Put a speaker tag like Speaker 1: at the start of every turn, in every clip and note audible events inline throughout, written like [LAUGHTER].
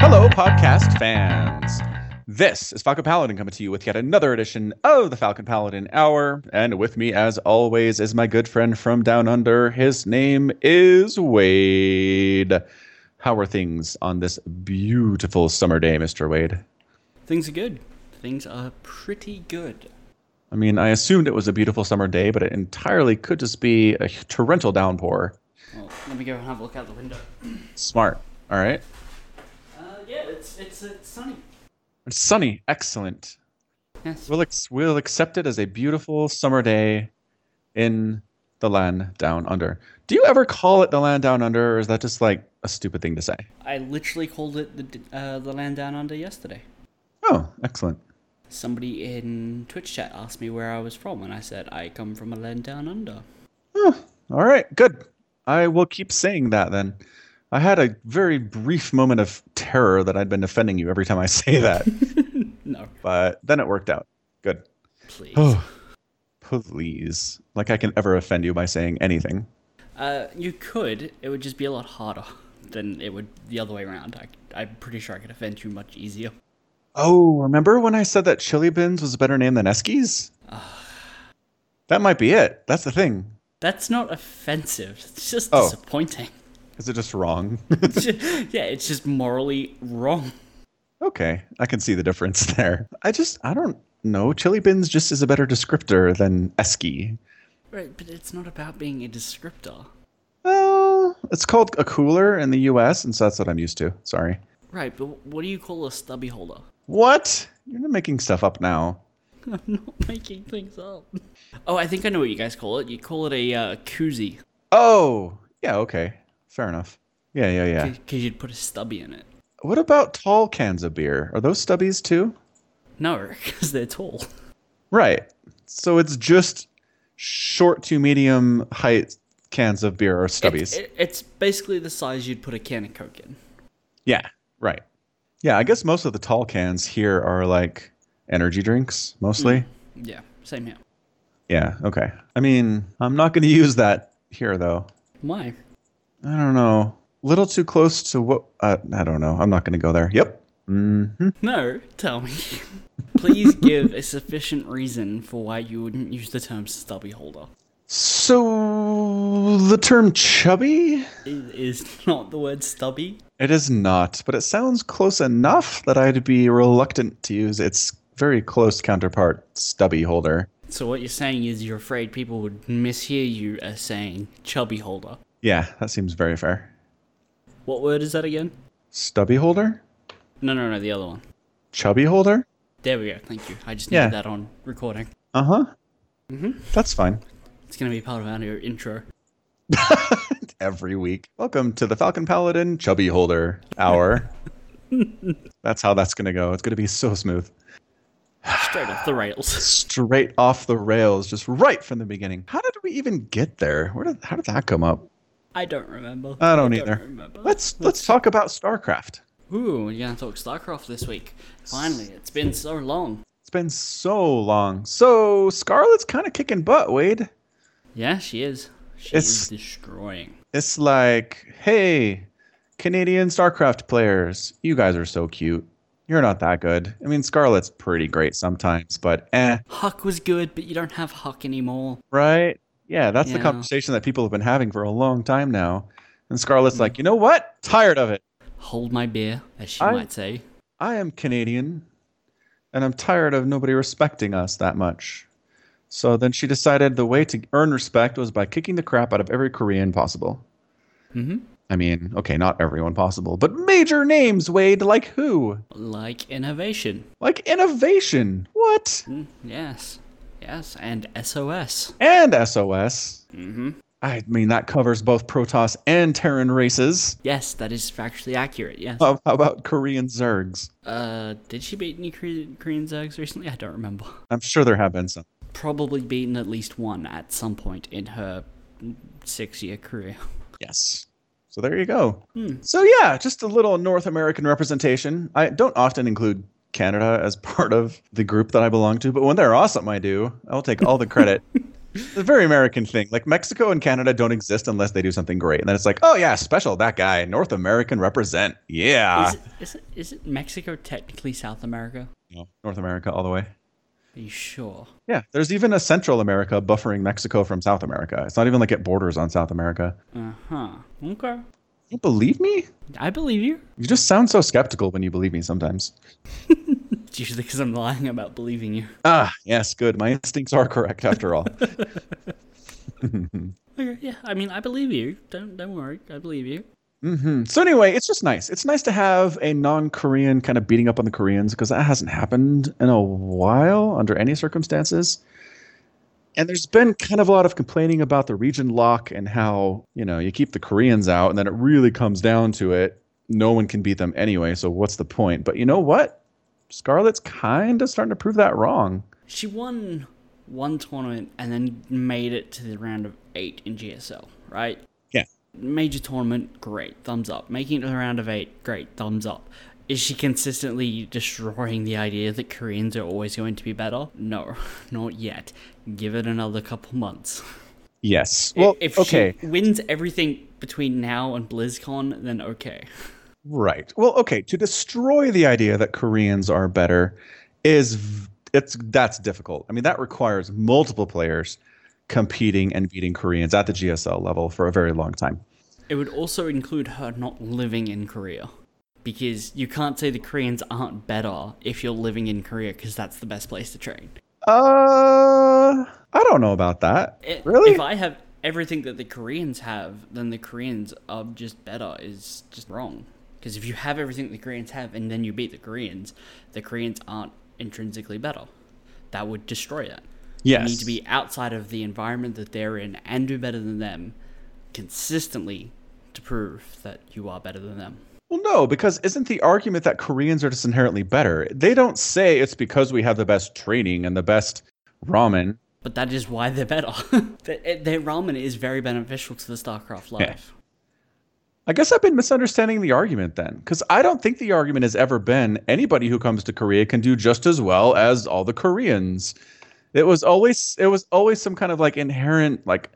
Speaker 1: podcast fans. This is Falcon Paladin coming to you with yet another edition of the Falcon Paladin Hour. And with me, as always, is my good friend from down under. His name is Wade. How are things on this beautiful summer day, Mr. Wade?
Speaker 2: Things are good. Things are pretty good.
Speaker 1: I mean, I assumed it was a beautiful summer day, but it entirely could just be a torrential downpour.
Speaker 2: Well, let me go and have a look out the window.
Speaker 1: Smart. All right.
Speaker 2: Uh, yeah, it's it's, it's sunny.
Speaker 1: It's sunny. Excellent.
Speaker 2: Yes.
Speaker 1: We'll, ex- we'll accept it as a beautiful summer day in the land down under. Do you ever call it the land down under, or is that just like a stupid thing to say?
Speaker 2: I literally called it the d- uh, the land down under yesterday.
Speaker 1: Oh, excellent.
Speaker 2: Somebody in Twitch chat asked me where I was from, and I said I come from a land down under.
Speaker 1: Oh, all right, good. I will keep saying that then. I had a very brief moment of terror that I'd been offending you every time I say that,
Speaker 2: No,
Speaker 1: but then it worked out. Good.
Speaker 2: please.
Speaker 1: Oh, please. Like I can ever offend you by saying anything.
Speaker 2: Uh, you could. It would just be a lot harder than it would the other way around. I, I'm pretty sure I could offend you much easier.
Speaker 1: Oh, remember when I said that Chili Bins was a better name than Eskies? that might be it. That's the thing.
Speaker 2: That's not offensive. It's just
Speaker 1: Oh.
Speaker 2: disappointing. [LAUGHS]
Speaker 1: Is it just wrong? [LAUGHS]
Speaker 2: yeah, it's just morally wrong.
Speaker 1: okay, I can see the difference [LAUGHS] there. I just, I don't know. Chili Bins just is a better descriptor than Esky.
Speaker 2: Right, but it's not about being a descriptor.
Speaker 1: Well, it's called a cooler in the US, and so that's what I'm used to. Sorry.
Speaker 2: Right, but what do you call a stubby holder? [LAUGHS]
Speaker 1: What? You're making stuff up now.
Speaker 2: I'm not making things up. Oh, I think I know what you guys call it. You call it a uh, koozie
Speaker 1: Oh, yeah, okay. Fair enough. Yeah, yeah, yeah.
Speaker 2: because you'd put a stubby in it.
Speaker 1: What about tall cans of beer? Are those stubbies too?
Speaker 2: No, [LAUGHS] because they're tall.
Speaker 1: Right. So it's just short to medium height cans of beer or stubbies.
Speaker 2: It, it's basically the size you'd put a can of Coke in.
Speaker 1: yeah, right. Yeah, I guess most of the tall cans here are like energy drinks mostly.
Speaker 2: Mm. Yeah, same here.
Speaker 1: Yeah, okay. I mean, I'm not going to use that here though.
Speaker 2: Why? [LAUGHS]
Speaker 1: I don't know. Little too close to what uh, I don't know. I'm not going to go there. Yep. Mm-hmm.
Speaker 2: No, tell me. [LAUGHS] Please give a sufficient reason for why you wouldn't use the term stubby holder.
Speaker 1: So the term chubby
Speaker 2: It is not the word stubby.
Speaker 1: It is not, but it sounds close enough that I'd be reluctant to use its very close counterpart, stubby holder.
Speaker 2: So what you're saying is you're afraid people would mishear you as saying chubby holder.
Speaker 1: Yeah, that seems very fair.
Speaker 2: What word is that again?
Speaker 1: Stubby holder?
Speaker 2: No, no, no, the other one.
Speaker 1: Chubby holder?
Speaker 2: There we go. Thank you. I just
Speaker 1: Yeah.
Speaker 2: needed that on recording.
Speaker 1: Uh huh. That's fine.
Speaker 2: It's gonna be part of our new intro.
Speaker 1: Every week. Welcome to the Falcon Paladin Chubby Holder Hour. [LAUGHS] that's how that's going to go. It's going to be so smooth.
Speaker 2: Straight off the rails. [LAUGHS]
Speaker 1: Straight off the rails, just right from the beginning. How did we even get there? Where did, how did that come up?
Speaker 2: I don't remember.
Speaker 1: I don't either.
Speaker 2: remember.
Speaker 1: Let's let's talk about StarCraft.
Speaker 2: Ooh, we're gonna talk StarCraft this week. Finally, it's been so long.
Speaker 1: It's been so long. So Scarlet's kind of kicking butt, Wade.
Speaker 2: Yeah, she is. She
Speaker 1: It's-
Speaker 2: is destroying.
Speaker 1: It's like, hey, Canadian StarCraft players, you guys are so cute. You're not that good. I mean, Scarlet's pretty great sometimes, but eh,
Speaker 2: Huck was good, but you don't have Huck anymore.
Speaker 1: right? Yeah, that's the
Speaker 2: Yeah.
Speaker 1: conversation that people have been having for a long time now. And Scarlet's like, you know what? Tired of it.
Speaker 2: Hold my beer, as she
Speaker 1: I-
Speaker 2: might say.
Speaker 1: I am Canadian, and I'm tired of nobody respecting us that much. So then she decided the way to earn respect was by kicking the crap out of every Korean possible.
Speaker 2: Mhm.
Speaker 1: I mean, okay, not everyone possible, but major names, Wade, like who?
Speaker 2: Like innovation.
Speaker 1: Like Innovation. What?
Speaker 2: Mm, yes. Yes, and SOS.
Speaker 1: And SOS.
Speaker 2: Mm-hmm.
Speaker 1: I mean, that covers both Protoss and Terran races.
Speaker 2: Yes, that is factually accurate. Yes.
Speaker 1: How how about Korean Zergs?
Speaker 2: Uh, did she beat any Kore- Korean Zergs recently? I don't remember.
Speaker 1: I'm sure there have been some.
Speaker 2: Probably beaten at least one at some point in her six-year career.
Speaker 1: Yes. So there you go.
Speaker 2: Hmm.
Speaker 1: So yeah, just a little North American representation. I don't often include [LAUGHS]
Speaker 2: [LAUGHS]
Speaker 1: Canada as part of the group that I belong to, but when they're awesome, I do. I'll take all the credit. It's a very American thing. Like Mexico and Canada don't exist unless they do something great. And then it's like, oh yeah, special that guy, North American represent. Yeah.
Speaker 2: Is it, is, it, is it Mexico technically South America?
Speaker 1: No, North America all the way.
Speaker 2: Are you sure?
Speaker 1: Yeah, there's even a Central America buffering Mexico from South America. It's not even like it borders on South America.
Speaker 2: Uh huh. Okay.
Speaker 1: You believe me?
Speaker 2: I believe you.
Speaker 1: You just sound so skeptical when you believe me sometimes.
Speaker 2: It's usually because I'm lying about believing you.
Speaker 1: Ah, yes, good. My instincts are correct after all.
Speaker 2: Okay, yeah, I mean, I believe you. Don't don't worry. I believe you.
Speaker 1: So anyway, it's just nice. It's nice to have a non-Korean kind of beating up on the Koreans because that hasn't happened in a while under any circumstances. And there's been kind of a lot of complaining about the region lock and how, you know, you keep the Koreans out and then it really comes down to it. No one can beat them anyway, so what's the point? But you know what? Scarlet's kind of starting to prove that wrong.
Speaker 2: She won one tournament and then made it to the round of eight in GSL, right?
Speaker 1: Yeah.
Speaker 2: Major tournament, great, thumbs up. Making it to the round of eight, great, thumbs up. Is she consistently destroying the idea that Koreans are always going to be better? No, [LAUGHS] not yet. Give it another couple months.
Speaker 1: Yes. Well,
Speaker 2: if
Speaker 1: okay.
Speaker 2: she wins everything between now and BlizzCon, then okay.
Speaker 1: Right. Well, okay. To destroy the idea that Koreans are better is v- it's that's difficult. I mean, that requires multiple players competing and beating Koreans at the GSL level for a very long time.
Speaker 2: It would also include her not living in Korea. Because you can't say the Koreans aren't better if you're living in Korea, because that's the best place to train.
Speaker 1: Uh, I don't know about that.
Speaker 2: It-
Speaker 1: really?
Speaker 2: Eh, If I have everything that the Koreans have, then the Koreans are just better, is just wrong. Because if you have everything that the Koreans have and then you beat the Koreans, the Koreans aren't intrinsically better. That would destroy that.
Speaker 1: yes.
Speaker 2: You need to be outside of the environment that they're in and do better than them consistently to prove that you are better than them.
Speaker 1: Well, no, because isn't the argument that Koreans are just inherently better? They don't say it's because we have the best training and the best ramen.
Speaker 2: But that is why they're better. [LAUGHS] their, their ramen is very beneficial to the StarCraft life.
Speaker 1: I guess I've been misunderstanding the argument then, because I don't think the argument has ever been anybody who comes to Korea can do just as well as all the Koreans. It was always it was always some kind of like inherent like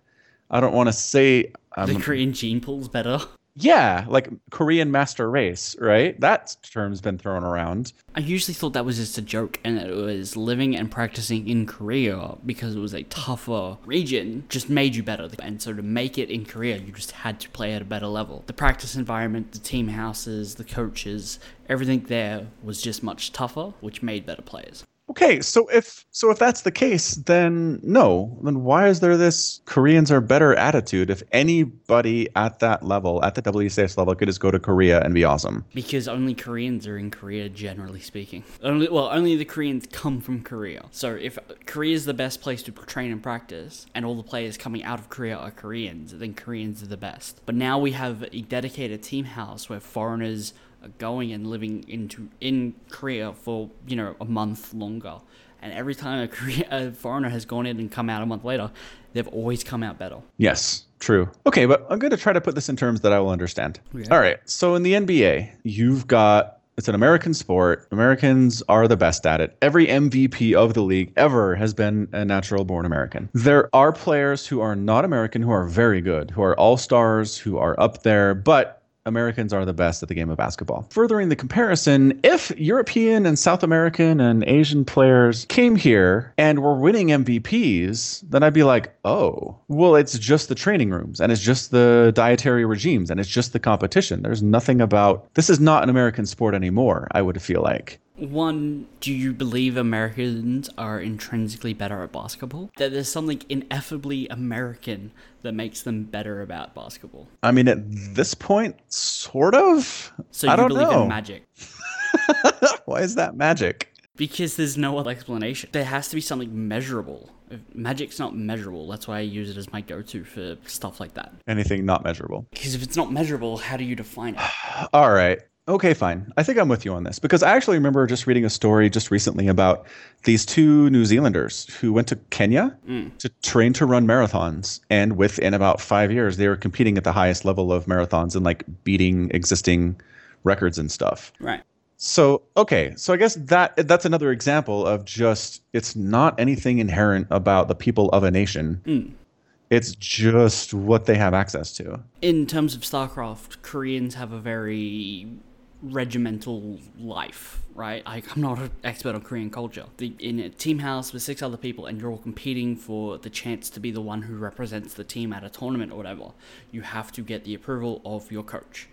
Speaker 1: I don't want to say
Speaker 2: The
Speaker 1: um,
Speaker 2: Korean gene pool's better.
Speaker 1: yeah like Korean master race right that term's been thrown around
Speaker 2: I usually thought that was just a joke and that it was living and practicing in Korea because it was a tougher region just made you better. And so to make it in Korea, you just had to play at a better level. The practice environment, the team houses, the coaches, everything there was just much tougher, which made better players.
Speaker 1: Okay, so if so if that's the case, then no. Then why is there this Koreans are better attitude if anybody at that level, at the WCS level, could just go to Korea and be awesome?
Speaker 2: Because only Koreans are in Korea, generally speaking. Only well, only the Koreans come from Korea. So if Korea is the best place to train and practice, and all the players coming out of Korea are Koreans, then Koreans are the best. But now we have a dedicated team house where foreigners are going and living into in Korea for you know a month longer. And every time a, Korea, a foreigner has gone in and come out a month later, they've always come out better.
Speaker 1: Yes, true. Okay, but I'm going to try to put this in terms that I will understand.
Speaker 2: Okay.
Speaker 1: All right. So in the NBA, you've got it's an American sport. Americans are the best at it. Every MVP of the league ever has been a natural born American. There are players who are not American who are very good, who are all stars, who are up there, but Americans are the best at the game of basketball. Furthering the comparison, if European and South American and Asian players came here and were winning MVPs, then I'd be like, oh, well, it's just the training rooms and it's just the dietary regimes and it's just the competition. There's nothing about this is not an American sport anymore, I would feel like.
Speaker 2: One, do you believe Americans are intrinsically better at basketball? That there's something ineffably American that makes them better about basketball.
Speaker 1: I mean, at this point, sort of.
Speaker 2: So
Speaker 1: I
Speaker 2: you
Speaker 1: don't
Speaker 2: believe
Speaker 1: know.
Speaker 2: in magic.
Speaker 1: Why is that magic?
Speaker 2: Because there's no other explanation. There has to be something measurable. If Magic's not measurable. That's why I use it as my go to for stuff like that.
Speaker 1: Anything not measurable.
Speaker 2: Because if it's not measurable, how do you define it? [SIGHS]
Speaker 1: All right. Okay, fine. I think I'm with you on this because I actually remember just reading a story just recently about these two New Zealanders who went to Kenya to train to run marathons. And within about five years, they were competing at the highest level of marathons and like beating existing records and stuff.
Speaker 2: Right.
Speaker 1: So okay, so I guess that that's another example of just it's not anything inherent about the people of a nation. It's just what they have access to.
Speaker 2: In terms of StarCraft, Koreans have a very regimental life, right? I, I'm not an expert on Korean culture. The, in a team house with six other people, and you're all competing for the chance to be the one who represents the team at a tournament or whatever, you have to get the approval of your coach,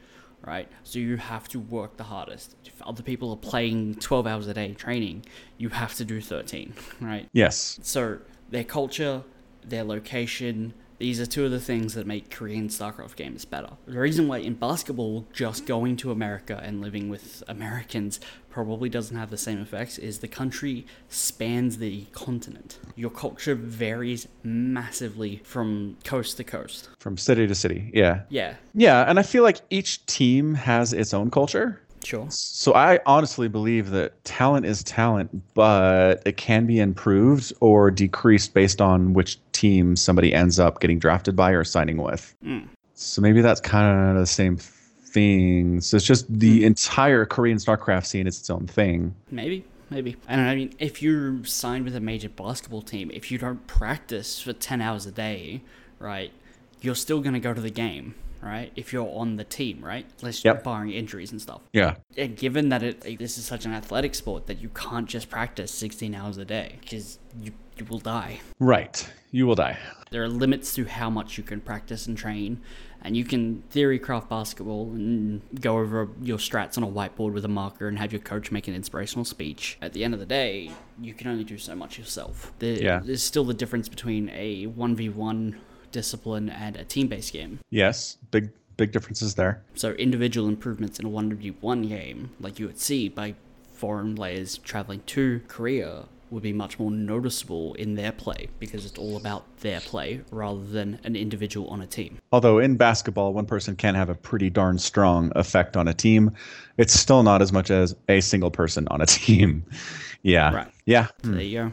Speaker 2: right? So you have to work the hardest. If other people are playing 12 hours a day training, you have to do 13, [LAUGHS] right?
Speaker 1: Yes.
Speaker 2: So their culture, their location, these are two of the things that make Korean StarCraft games better. The reason why in basketball, just going to America and living with Americans probably doesn't have the same effects is the country spans the continent. Your culture varies massively from coast to coast.
Speaker 1: From city to city. Yeah.
Speaker 2: Yeah,
Speaker 1: Yeah, and I feel like each team has its own culture.
Speaker 2: sure.
Speaker 1: So I honestly believe that talent is talent, but it can be improved or decreased based on which team somebody ends up getting drafted by or signing with.
Speaker 2: Mm.
Speaker 1: So maybe that's kind of the same thing. So it's just the entire Korean StarCraft scene is its own thing.
Speaker 2: Maybe, maybe. And I mean, if you're signed with a major basketball team, if you don't practice for 10 hours a day, right, you're still going to go to the game, right? If you're on the team, right? Unless you're
Speaker 1: Yep.
Speaker 2: barring injuries and stuff.
Speaker 1: Yeah.
Speaker 2: And given that it like, this is such an athletic sport that you can't just practice 16 hours a day because you, you will die.
Speaker 1: Right. You will die.
Speaker 2: There are limits to how much you can practice and train, and you can theory craft basketball and go over your strats on a whiteboard with a marker and have your coach make an inspirational speech. At the end of the day, you can only do so much yourself. There,
Speaker 1: Yeah.
Speaker 2: There's still the difference between a 1v1 discipline and a team based game.
Speaker 1: Yes. Big big differences there.
Speaker 2: So individual improvements in a 1v1 game, like you would see by foreign players traveling to Korea, would be much more noticeable in their play because it's all about their play rather than an individual on a team.
Speaker 1: Although in basketball, one person can have a pretty darn strong effect on a team, it's still not as much as a single person on a [LAUGHS] team. Yeah.
Speaker 2: Right.
Speaker 1: Yeah.
Speaker 2: So there you go.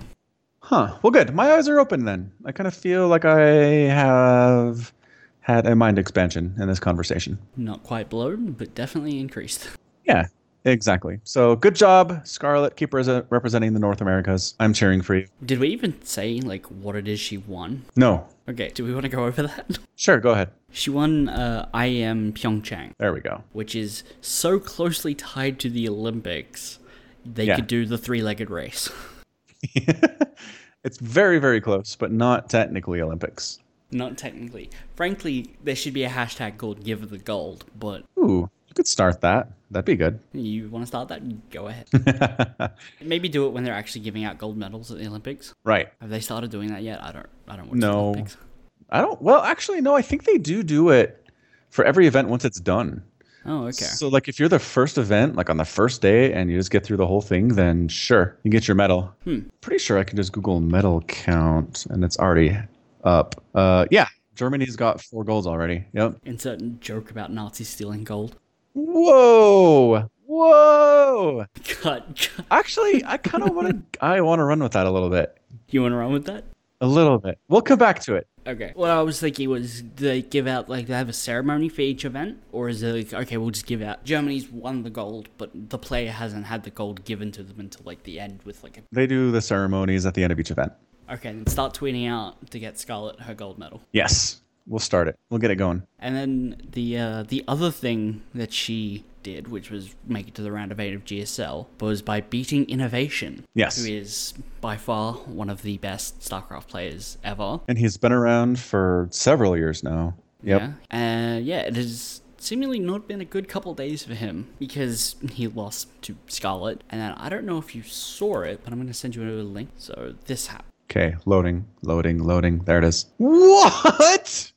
Speaker 1: Huh. Well, good. My eyes are open then. I kind of feel like I have had a mind expansion in this conversation.
Speaker 2: Not quite blown, but definitely increased. [LAUGHS]
Speaker 1: Yeah, exactly. So good job, Scarlett. Keep rese- representing the North Americas. I'm cheering for you.
Speaker 2: Did we even say like what it is she won?
Speaker 1: No.
Speaker 2: Okay, do we want to go over that? [LAUGHS]
Speaker 1: Sure, go ahead.
Speaker 2: She won uh, I am Pyeongchang.
Speaker 1: There we go. [LAUGHS]
Speaker 2: which is so closely tied to the Olympics, they
Speaker 1: Yeah.
Speaker 2: could do the three legged race. [LAUGHS]
Speaker 1: it's very, very close, but not technically Olympics.
Speaker 2: Not technically. Frankly, there should be a hashtag called Give Her the Gold, but
Speaker 1: Ooh, you could start that. That'd be good.
Speaker 2: you want to start that? Go ahead. Maybe do it when they're actually giving out gold medals at the Olympics.
Speaker 1: Right.
Speaker 2: Have they started doing that yet? I don't. I don't watch the
Speaker 1: No.
Speaker 2: Olympics.
Speaker 1: I don't. Well, actually, no. I think they do do it for every event once it's done.
Speaker 2: Oh, okay.
Speaker 1: So, like, if you're the first event, like on the first day, and you just get through the whole thing, then sure, you get your medal. Pretty sure I can just Google medal count, and it's already up. Uh, yeah, Germany's got four golds already. Yep.
Speaker 2: Insert joke about Nazis stealing gold. [LAUGHS]
Speaker 1: Whoa, whoa.
Speaker 2: Cut. cut.
Speaker 1: Actually, I kind of want to. I want to run with that a little bit.
Speaker 2: You want to run with that?
Speaker 1: A little bit. We'll come back to it.
Speaker 2: Okay. What I was thinking was, do they give out like they have a ceremony for each event, or is it like okay, we'll just give out Germany's won the gold, but the player hasn't had the gold given to them until like the end with like
Speaker 1: They do the ceremonies at the end of each event.
Speaker 2: a okay, then start tweeting out to get Scarlet her gold medal,
Speaker 1: Yes, we'll start it. We'll get it going.
Speaker 2: and then the uh, the other thing that she did, which was make it to the round of eight of GSL, was by beating Innovation,
Speaker 1: Yes.
Speaker 2: who is by far one of the best StarCraft players ever.
Speaker 1: And he's been around for several years now. Yep.
Speaker 2: Yeah. Uh, yeah, it has seemingly not been a good couple days for him because he lost to Scarlet. And then I don't know if you saw it, but I'm going to send you a link. So this happened.
Speaker 1: Okay, loading, loading, loading. There it is. What?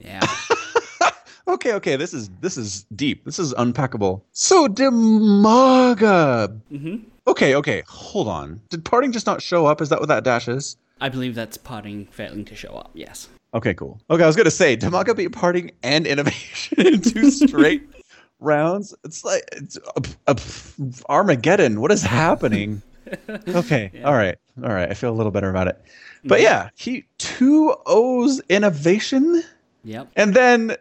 Speaker 2: Yeah.
Speaker 1: Okay, okay. This is this is deep. This is unpackable. So Demaga.
Speaker 2: hmm
Speaker 1: Okay, okay. Hold on. Did parting just not show up? Is that what that dash is?
Speaker 2: I believe that's parting failing to show up. Yes.
Speaker 1: Okay, cool. Okay, I was gonna say Demaga beat parting and innovation in two straight rounds. It's like it's, uh, uh, Armageddon. What is happening? okay, all right, all right. I feel a little better about it. But yeah, he two O's innovation.
Speaker 2: Yep.
Speaker 1: and then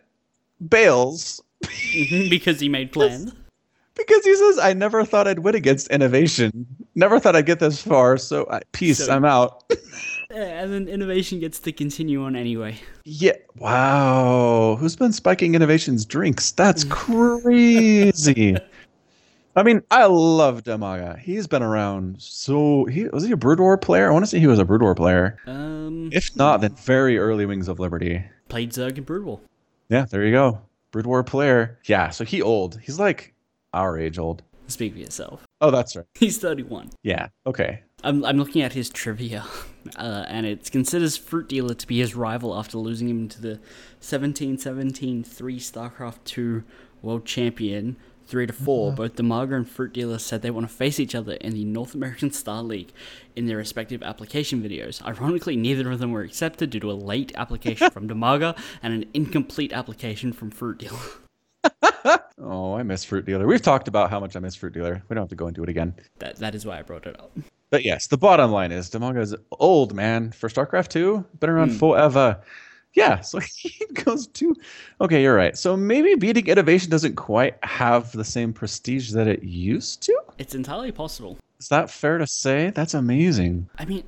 Speaker 1: bails
Speaker 2: Mhm, because he made plans.
Speaker 1: because he says, I never thought I'd win against innovation. Never thought I'd get this far. So I, peace,
Speaker 2: So-
Speaker 1: I'm out.
Speaker 2: And then innovation gets to continue on anyway.
Speaker 1: yeah. Wow. Who's been spiking innovation's drinks? That's crazy. I mean, I love Demaga. He's been around so he was he a Brood War player? I want to say he was a Brood War player.
Speaker 2: Um,
Speaker 1: If not, then very early Wings of Liberty.
Speaker 2: played Zerg and Brood War.
Speaker 1: Yeah, there you go. Brood War player. Yeah, so he old. He's like our age old.
Speaker 2: Speak for yourself. [LAUGHS]
Speaker 1: Oh, that's right.
Speaker 2: He's 31.
Speaker 1: Yeah. Okay.
Speaker 2: I'm, I'm looking at his trivia, [LAUGHS] uh, and it considers Fruit Dealer to be his rival after losing him to the 17-17 3 StarCraft 2 World Champion 3 to 4. Both Demaga and Fruit Dealer said they want to face each other in the North American Star League in their respective application videos. Ironically, neither of them were accepted due to a late application from Demaga and an incomplete application from Fruit Dealer. [LAUGHS]
Speaker 1: Oh, I miss Fruit Dealer. We've talked about how much I miss Fruit Dealer. We don't have to go into it again.
Speaker 2: That that is why I brought it up.
Speaker 1: But yes, the bottom line is Demonga's old man for StarCraft 2, been around forever. Yeah, so [LAUGHS] he goes to Okay, you're right. So maybe beating innovation doesn't quite have the same prestige that it used to?
Speaker 2: It's entirely possible.
Speaker 1: Is that fair to say? That's amazing.
Speaker 2: I mean,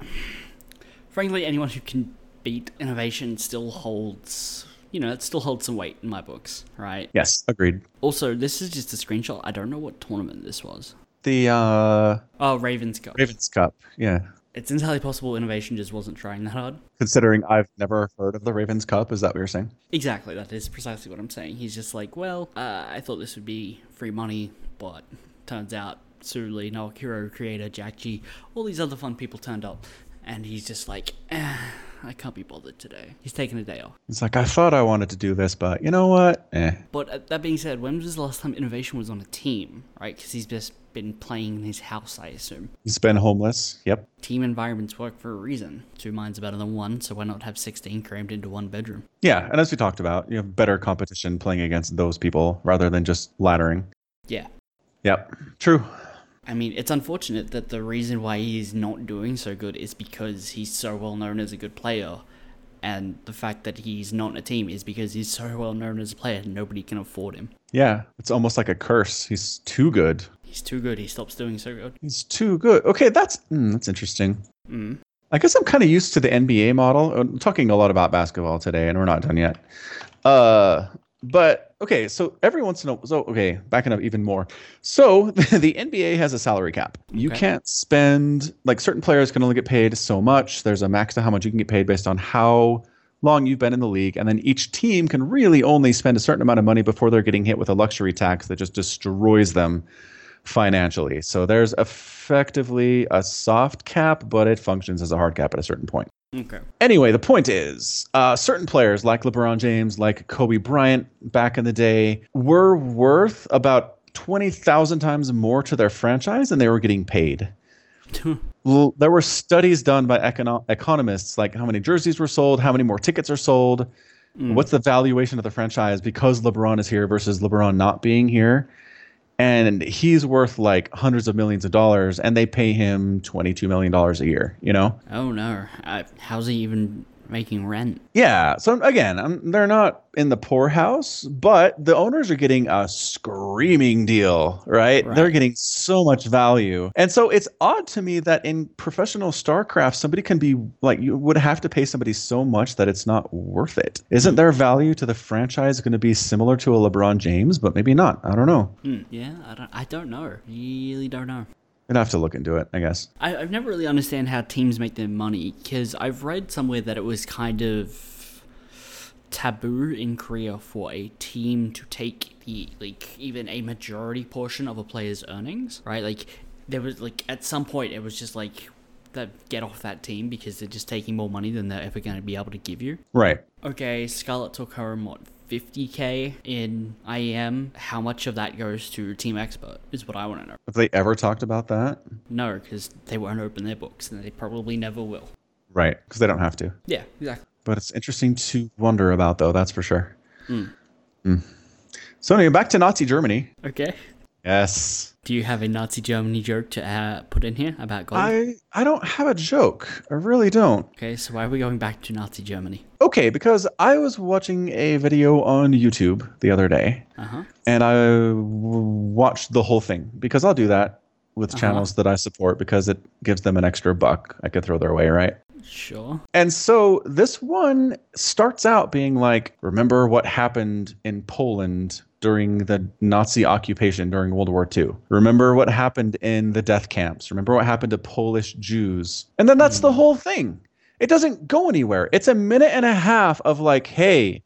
Speaker 2: frankly, anyone who can beat innovation still holds, you know, it still holds some weight in my books, right?
Speaker 1: Yes, agreed.
Speaker 2: Also, this is just a screenshot. I don't know what tournament this was.
Speaker 1: The uh
Speaker 2: Oh, Ravens Cup.
Speaker 1: Ravens Cup. Yeah.
Speaker 2: It's entirely possible innovation just wasn't trying that hard.
Speaker 1: Considering I've never heard of the Ravens Cup, is that what you're saying?
Speaker 2: Exactly, that is precisely what I'm saying. He's just like, well, uh, I thought this would be free money, but turns out Suli, Noah Kiro, creator, Jack G, all these other fun people turned up, and he's just like, eh, I can't be bothered today. He's taking a day off.
Speaker 1: It's like I thought I wanted to do this, but you know what? Eh.
Speaker 2: But uh, that being said, when was the last time innovation was on a team, right? Because he's just been playing in his house, I assume.
Speaker 1: He's been homeless. Yep.
Speaker 2: Team environments work for a reason. Two minds are better than one, so why not have 16 crammed into one bedroom?
Speaker 1: Yeah, and as we talked about, you have better competition playing against those people rather than just laddering.
Speaker 2: Yeah.
Speaker 1: Yep. True.
Speaker 2: I mean, it's unfortunate that the reason why he is not doing so good is because he's so well known as a good player, and the fact that he's not in a team is because he's so well known as a player and nobody can afford him.
Speaker 1: Yeah, it's almost like a curse. He's too good.
Speaker 2: He's too good, he stops doing so good.
Speaker 1: He's too good. Okay, that's mm, that's interesting.
Speaker 2: Mm.
Speaker 1: I guess I'm kind of used to the NBA model. Uh, I'm talking a lot about basketball today, and we're not done yet. Uh, but okay, so every once in a so okay, backing up even more. So [LAUGHS] the NBA has a salary cap. You
Speaker 2: Okay.
Speaker 1: can't spend like certain players can only get paid so much. There's a max to how much you can get paid based on how long you've been in the league, and then each team can really only spend a certain amount of money before they're getting hit with a luxury tax that just destroys them financially. So there's effectively a soft cap, but it functions as a hard cap at a certain point.
Speaker 2: Okay. [LAUGHS]
Speaker 1: Anyway, the point is, uh, certain players like LeBron James, like Kobe Bryant back in the day, were worth about 20,000 times more to their franchise than they were getting paid. L- there were studies done by econo- economists like how many jerseys were sold, how many more tickets are sold, what's the valuation of the franchise because LeBron is here versus LeBron not being here. And he's worth like hundreds of millions of dollars, and they pay him $22 million a year, you know?
Speaker 2: oh no. Uh, how's he even making rent?
Speaker 1: Yeah. So again, I'm, they're not in the poorhouse, but the owners are getting a screaming deal, right?
Speaker 2: Right.
Speaker 1: They're getting so much value. And so it's odd to me that in professional StarCraft, somebody can be like, you would have to pay somebody so much that it's not worth it. Isn't their value to the franchise going to be similar to a LeBron James, but maybe not? I don't know.
Speaker 2: Hmm. Yeah, I don't, I don't know. Really don't know.
Speaker 1: I'd have to look into it, I guess.
Speaker 2: I, I've never really understand how teams make their money because I've read somewhere that it was kind of taboo in Korea for a team to take the like even a majority portion of a player's earnings, right? Like there was like at some point it was just like that get off that team because they're just taking more money than they're ever going to be able to give you.
Speaker 1: Right.
Speaker 2: Okay, Scarlett took home what 50k in IEM. How much of that goes to Team Expert is what I want to know.
Speaker 1: Have they ever talked about that?
Speaker 2: No, because they won't open their books, and they probably never will.
Speaker 1: Right. Because they don't have to.
Speaker 2: Yeah, exactly.
Speaker 1: but it's interesting to wonder Hmm. about though that's for sure mm. so anyway back to nazi germany
Speaker 2: Okay.
Speaker 1: Yes.
Speaker 2: Do you have a Nazi Germany joke to uh, put in here about gold?
Speaker 1: I I don't have a joke. I really don't.
Speaker 2: okay, so why are we going back to Nazi Germany?
Speaker 1: Okay, because I was watching a video on YouTube the other day,
Speaker 2: Uh huh.
Speaker 1: and I w- watched the whole thing because I'll do that with channels that I support because it gives them an extra buck I could throw their way, right?
Speaker 2: Sure. [LAUGHS]
Speaker 1: And so this one starts out being like, remember what happened in Poland during the Nazi occupation during World War II? Remember what happened in the death camps? Remember what happened to Polish Jews? And then that's the whole thing. It doesn't go anywhere. It's a minute and a half of like, hey,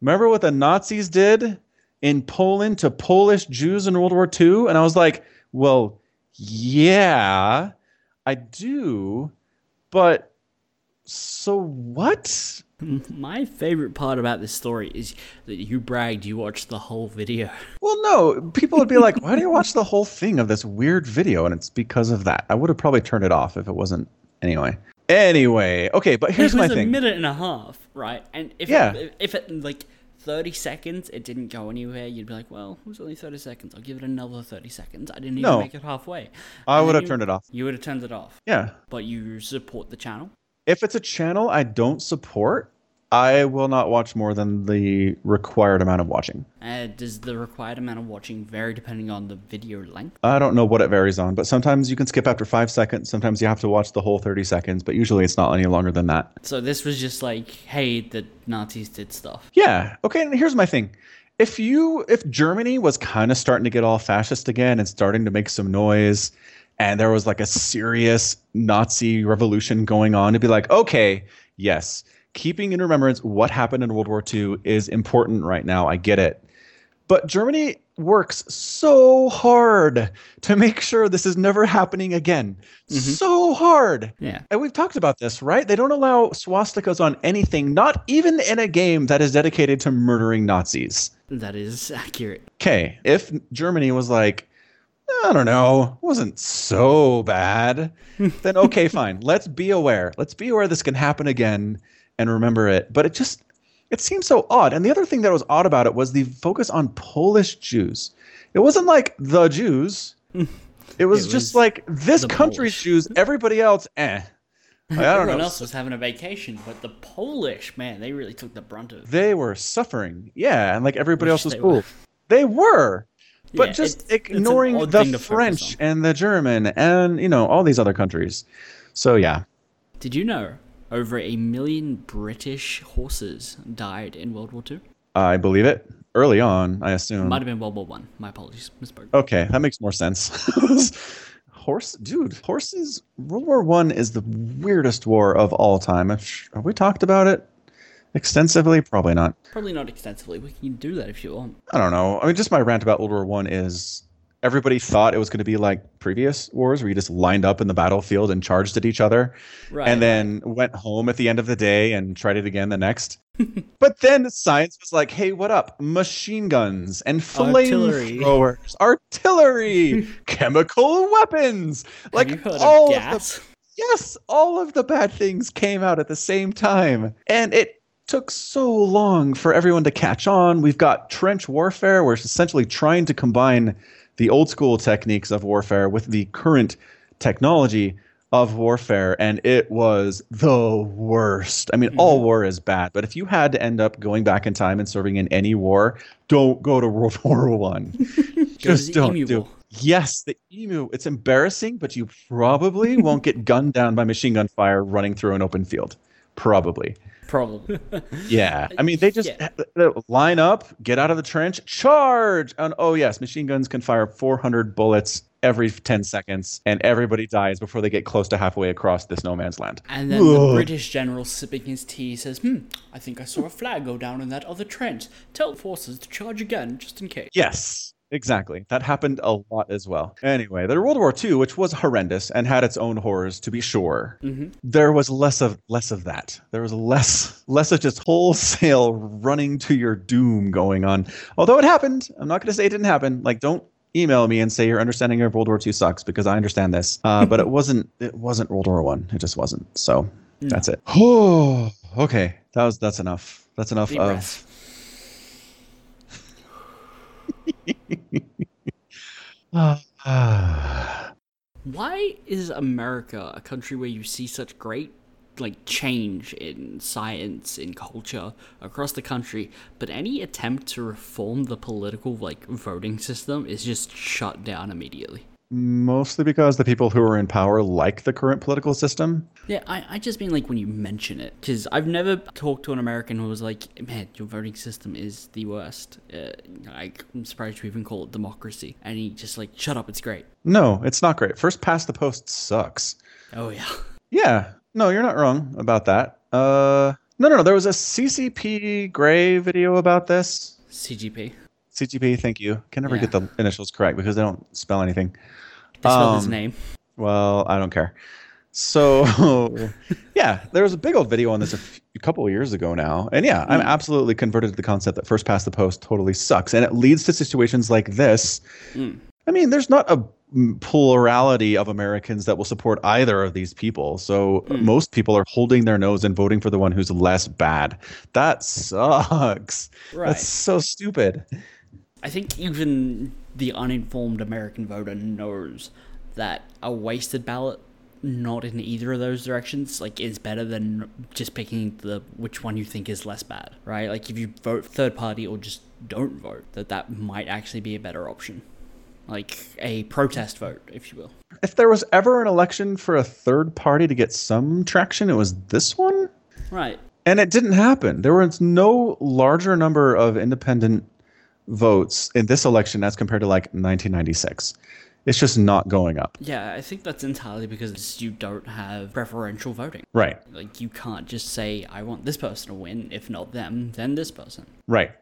Speaker 1: remember what the Nazis did in Poland to Polish Jews in World War II? And I was like, well, yeah, I do, but so what?
Speaker 2: My favorite part about this story is that you bragged you watched the whole video.
Speaker 1: Well, no. People would be like, why do you watch the whole thing of this weird video? And it's because of that. I would have probably turned it off if it wasn't. Anyway. Anyway. Okay, but here's
Speaker 2: it
Speaker 1: my
Speaker 2: was a
Speaker 1: thing.
Speaker 2: minute and a half, right? And if
Speaker 1: Yeah.
Speaker 2: it, if it like thirty seconds, it didn't go anywhere. You'd be like, well, it was only thirty seconds. I'll give it another thirty seconds. I didn't even
Speaker 1: No.
Speaker 2: make it halfway.
Speaker 1: I
Speaker 2: And
Speaker 1: would
Speaker 2: then
Speaker 1: have
Speaker 2: you-
Speaker 1: turned it off.
Speaker 2: You would have turned it off,
Speaker 1: Yeah.
Speaker 2: but you support the channel.
Speaker 1: If it's a channel I don't support, I will not watch more than the required amount of watching.
Speaker 2: Uh, does the required amount of watching vary depending on the video length?
Speaker 1: I don't know what it varies on, but sometimes you can skip after five seconds. Sometimes you have to watch the whole 30 seconds, but usually it's not any longer than that.
Speaker 2: So this was just like, hey, the Nazis did stuff.
Speaker 1: Yeah. Okay. And here's my thing. If you, if Germany was kind of starting to get all fascist again and starting to make some noise, and there was like a serious Nazi revolution going on, it'd be like, okay, yes, keeping in remembrance what happened in World War II is important right now. I get it. But Germany works so hard to make sure this is never happening again. So hard.
Speaker 2: Yeah.
Speaker 1: And we've talked about this, right? They don't allow swastikas on anything, not even in a game that is dedicated to murdering Nazis.
Speaker 2: That is [LAUGHS] accurate.
Speaker 1: Okay, if Germany was like, I don't know, it wasn't so
Speaker 2: [LAUGHS]
Speaker 1: bad, then okay, fine. Let's be aware. Let's be aware this can happen again and remember it. But it just it seems so odd. And the other thing that was odd about it was the focus on Polish Jews. It wasn't like the
Speaker 2: [LAUGHS]
Speaker 1: Jews. It was
Speaker 2: It
Speaker 1: just
Speaker 2: was
Speaker 1: like this
Speaker 2: the
Speaker 1: country's
Speaker 2: Polish.
Speaker 1: Jews, everybody else, eh. Like, I don't
Speaker 2: Everyone
Speaker 1: know.
Speaker 2: else was having a vacation, but the Polish man, they really took the brunt of it.
Speaker 1: they were suffering. Yeah, and like everybody else
Speaker 2: Which
Speaker 1: was
Speaker 2: they
Speaker 1: cool.
Speaker 2: were.
Speaker 1: They were. But
Speaker 2: Yeah,
Speaker 1: just
Speaker 2: it's- it's an
Speaker 1: ignoring
Speaker 2: odd
Speaker 1: the
Speaker 2: thing to focus
Speaker 1: French
Speaker 2: on.
Speaker 1: and the German and you know all these other countries. So yeah.
Speaker 2: Did you know over a million British horses died in World War II?
Speaker 1: I believe it. Early on, I assume.
Speaker 2: Might have been World War One. My apologies, misspoke.
Speaker 1: Okay, that makes more sense. [LAUGHS] Horse, dude, horses. World War One is the weirdest war of all time. Have sh- have we talked about it extensively? Probably not.
Speaker 2: Probably not extensively. We can do that if you want.
Speaker 1: I don't know. I mean, just my rant about World War One is everybody thought it was going to be like previous wars where you just lined up in the battlefield and charged at each other,
Speaker 2: Right.
Speaker 1: and then went home at the end of the day and tried it again the
Speaker 2: [LAUGHS]
Speaker 1: next. but then science was like, "Hey, what up? Machine guns and
Speaker 2: Artillery.
Speaker 1: flamethrowers,
Speaker 2: [LAUGHS]
Speaker 1: artillery, chemical weapons, like
Speaker 2: Have you heard
Speaker 1: all
Speaker 2: of
Speaker 1: the
Speaker 2: gas?
Speaker 1: yes, all of the bad things came out at the same time. And it took so long for everyone to catch on. We've got trench warfare, where it's essentially trying to combine the old school techniques of warfare with the current technology of warfare. And it was the worst. I mean, all war is bad, but if you had to end up going back in time and serving in any war, don't go to World [LAUGHS] War One.
Speaker 2: Go to
Speaker 1: Just
Speaker 2: the
Speaker 1: don't
Speaker 2: emu
Speaker 1: do
Speaker 2: war.
Speaker 1: Yes, the emu. It's embarrassing, but you probably won't get gunned down by machine gun fire running through an open field. Probably.
Speaker 2: Probably.
Speaker 1: Yeah. I mean, they just
Speaker 2: Yeah.
Speaker 1: they line up, get out of the trench, charge. And oh, yes, machine guns can fire 400 bullets every 10 seconds, and everybody dies before they get close to halfway across this no man's land.
Speaker 2: And then
Speaker 1: Whoa.
Speaker 2: the British general sipping his tea says, "Hmm, I think I saw a flag go down in that other trench. Tell the forces to charge again, just in case."
Speaker 1: Yes, exactly. That happened a lot as well. Anyway, the World War II, which was horrendous and had its own horrors to be sure, there was less of less of that. There was less less of just wholesale running to your doom going on. Although it happened, I'm not going to say it didn't happen. Like, don't email me and say your understanding of World War II sucks because I understand this.
Speaker 2: [LAUGHS]
Speaker 1: Uh, but it wasn't it wasn't World War One. It just wasn't. So that's
Speaker 2: [SIGHS]
Speaker 1: it. Oh, okay. That was that's enough. That's enough
Speaker 2: Deep
Speaker 1: of.
Speaker 2: breath.
Speaker 1: [SIGHS]
Speaker 2: [SIGHS] Why is America a country where you see such great like change in science in culture across the country, but any attempt to reform the political like voting system is just shut down immediately?
Speaker 1: Mostly because the people who are in power like the current political system.
Speaker 2: Yeah, I, I just mean like when you mention it, because I've never talked to an American who was like, "Man, your voting system is the worst." Uh, I, I'm surprised you even call it democracy, and he just like, "Shut up, it's great."
Speaker 1: No, it's not great. First past the post sucks.
Speaker 2: Oh yeah,
Speaker 1: Yeah, no, you're not wrong about that. Uh, no, no, no. There was a CCP Gray video about this.
Speaker 2: CGP.
Speaker 1: CGP, thank you. Can never
Speaker 2: Yeah.
Speaker 1: get the initials correct because they don't spell anything.
Speaker 2: They spelled his
Speaker 1: Um,
Speaker 2: name.
Speaker 1: Well, I don't care. So, [LAUGHS] yeah, there was a big old video on this a f- a couple of years ago now. And yeah, I'm
Speaker 2: Mm.
Speaker 1: absolutely converted to the concept that first past the post totally sucks. And it leads to situations like this.
Speaker 2: Mm.
Speaker 1: I mean, there's not a mm, plurality of Americans that will support either of these people. So,
Speaker 2: Mm.
Speaker 1: most people are holding their nose and voting for the one who's less bad. That sucks.
Speaker 2: Right.
Speaker 1: That's so stupid.
Speaker 2: I think even the uninformed American voter knows that a wasted ballot, not in either of those directions, like is better than just picking the which one you think is less bad, right? Like if you vote third party or just don't vote, that that might actually be a better option, like a protest vote, if you will.
Speaker 1: If there was ever an election for a third party to get some traction, it was this one.
Speaker 2: Right.
Speaker 1: And it didn't happen. There was no larger number of independent votes in this election as compared to like 1996. It's just not going up.
Speaker 2: Yeah, I think that's entirely because you don't have preferential voting.
Speaker 1: Right.
Speaker 2: Like you can't just say I want this person to win, if not them, then this person.
Speaker 1: Right.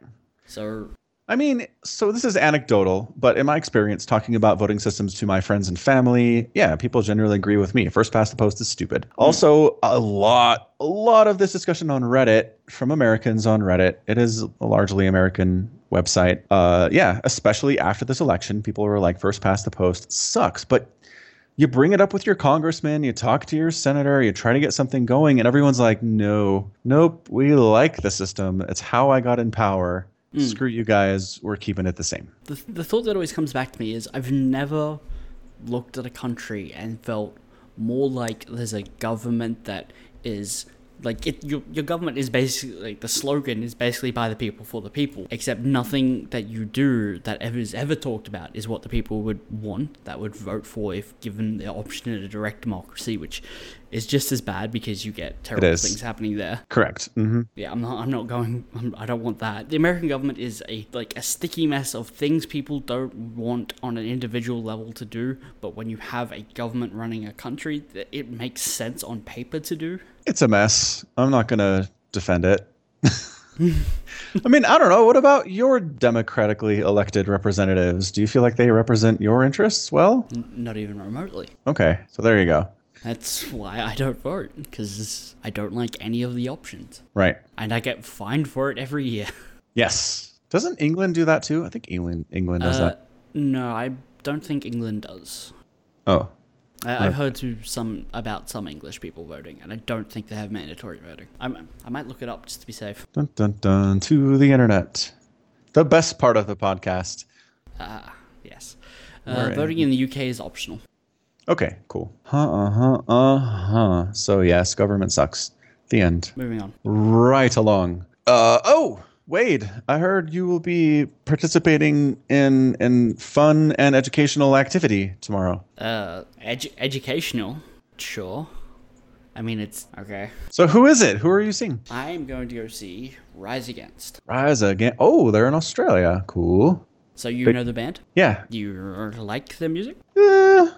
Speaker 2: So
Speaker 1: I mean, so this is anecdotal, but in my experience talking about voting systems to my friends and family, yeah, people generally agree with me. First past the post is stupid. Also, a lot, a lot of this discussion on Reddit from Americans on Reddit. It is a largely American website. Uh, yeah, especially after this election, people were like, first past the post sucks. But you bring it up with your congressman, you talk to your senator, you try to get something going, and everyone's like, no, nope, we like the system. It's how I got in power. Screw you guys. We're keeping it the same.
Speaker 2: the, the thought that always comes back to me is I've never looked at a country and felt more like there's a government that is like it, your, your government is basically like the slogan is basically by the people for the people except nothing that you do that ever is ever talked about is what the people would want that would vote for if given the option in a direct democracy which is just as bad because you get terrible
Speaker 1: is.
Speaker 2: things happening there
Speaker 1: Correct. hmm
Speaker 2: yeah, I'm not. I'm not going. I'm, I don't want that. The American government is a like a sticky mess of things people don't want on an individual level to do, but when you have a government running a country, th- it makes sense on paper to do.
Speaker 1: It's a mess. I'm not going to defend it. [LAUGHS] I mean, I don't know. What about your democratically elected representatives? Do you feel like they represent your interests? Well,
Speaker 2: N- not even remotely.
Speaker 1: okay. So there you go.
Speaker 2: That's why I don't vote because I don't like any of the options,
Speaker 1: Right.
Speaker 2: and I get fined for it every year.
Speaker 1: Yes. Doesn't England do that too? I think England England does
Speaker 2: Uh,
Speaker 1: that.
Speaker 2: no, I don't think England does.
Speaker 1: Oh.
Speaker 2: I, I've heard to some about some English people voting, and I don't think they have mandatory voting. I'm, I might look it up just to be safe.
Speaker 1: Dun dun dun to the internet. The best part of the podcast.
Speaker 2: Ah, yes.
Speaker 1: All
Speaker 2: Uh,
Speaker 1: right.
Speaker 2: voting in the UK is optional.
Speaker 1: Okay, cool. Huh, uh huh, uh huh. So, yes, government sucks. The end.
Speaker 2: Moving on.
Speaker 1: Right along. Uh oh, Wade, I heard you will be participating in in fun and educational activity tomorrow.
Speaker 2: Uh, edu- educational, sure. I mean, it's okay.
Speaker 1: So who is it? Who are you seeing?
Speaker 2: I am going to go see Rise Against.
Speaker 1: Rise again. Oh, they're in Australia. Cool.
Speaker 2: So you know the band?
Speaker 1: Yeah.
Speaker 2: Do you like their music?
Speaker 1: Eh,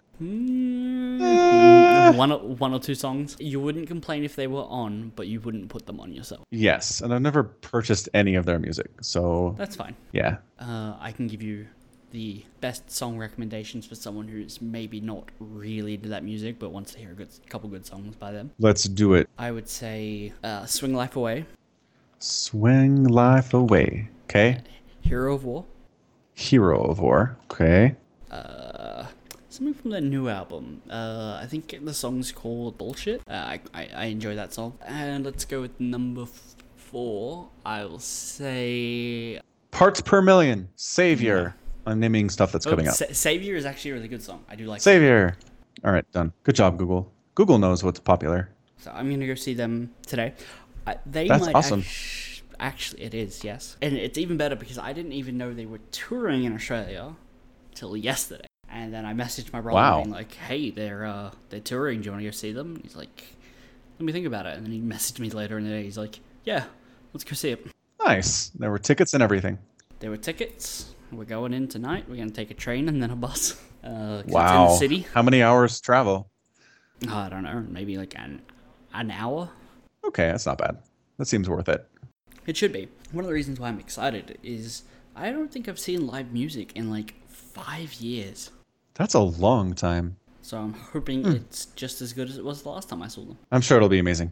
Speaker 1: Uh,
Speaker 2: Mm, one, or, one or two songs. You wouldn't complain if they were on, but you wouldn't put them on yourself.
Speaker 1: yes, and I've never purchased any of their music. So
Speaker 2: That's fine.
Speaker 1: yeah.
Speaker 2: uh, I can give you the best song recommendations for someone who's maybe not really into that music but wants to hear a good couple good songs by them.
Speaker 1: Let's do it.
Speaker 2: I would say uh, "Swing Life Away,"
Speaker 1: Swing life away. Okay.
Speaker 2: "Hero of War,"
Speaker 1: Hero of War. Okay.
Speaker 2: uh, something from their new album. Uh, I think the song's called "Bullshit." Uh, I, I I enjoy that song. And let's go with number f- four. I will say
Speaker 1: Parts per million. Savior. I'm naming stuff that's
Speaker 2: Oh,
Speaker 1: coming up.
Speaker 2: Sa- Savior is actually a really good song. I do like
Speaker 1: Savior. All right, done. Good job, Google. Google knows what's popular.
Speaker 2: So I'm gonna go see them today. I, they
Speaker 1: That's
Speaker 2: might
Speaker 1: awesome.
Speaker 2: act- actually, it is yes, and it's even better because I didn't even know they were touring in Australia till yesterday. And then I messaged my brother
Speaker 1: Wow.
Speaker 2: being like, "Hey, they're uh, they're touring. Do you want to go see them?" And he's like, "Let me think about it." And then he messaged me later in the day. He's like, "Yeah, let's go see it."
Speaker 1: Nice. There were tickets and everything.
Speaker 2: There were tickets. We're going in tonight. We're gonna take a train and then a bus. Uh, 'cause
Speaker 1: Wow.
Speaker 2: It's in the city.
Speaker 1: How many hours travel?
Speaker 2: Oh, I don't know. Maybe like an an hour.
Speaker 1: Okay, that's not bad. That seems worth it.
Speaker 2: It should be. One of the reasons why I'm excited is I don't think I've seen live music in like five years.
Speaker 1: That's a long time.
Speaker 2: So I'm [LAUGHS] hoping
Speaker 1: Hmm.
Speaker 2: it's just as good as it was the last time I saw them.
Speaker 1: I'm sure it'll be amazing.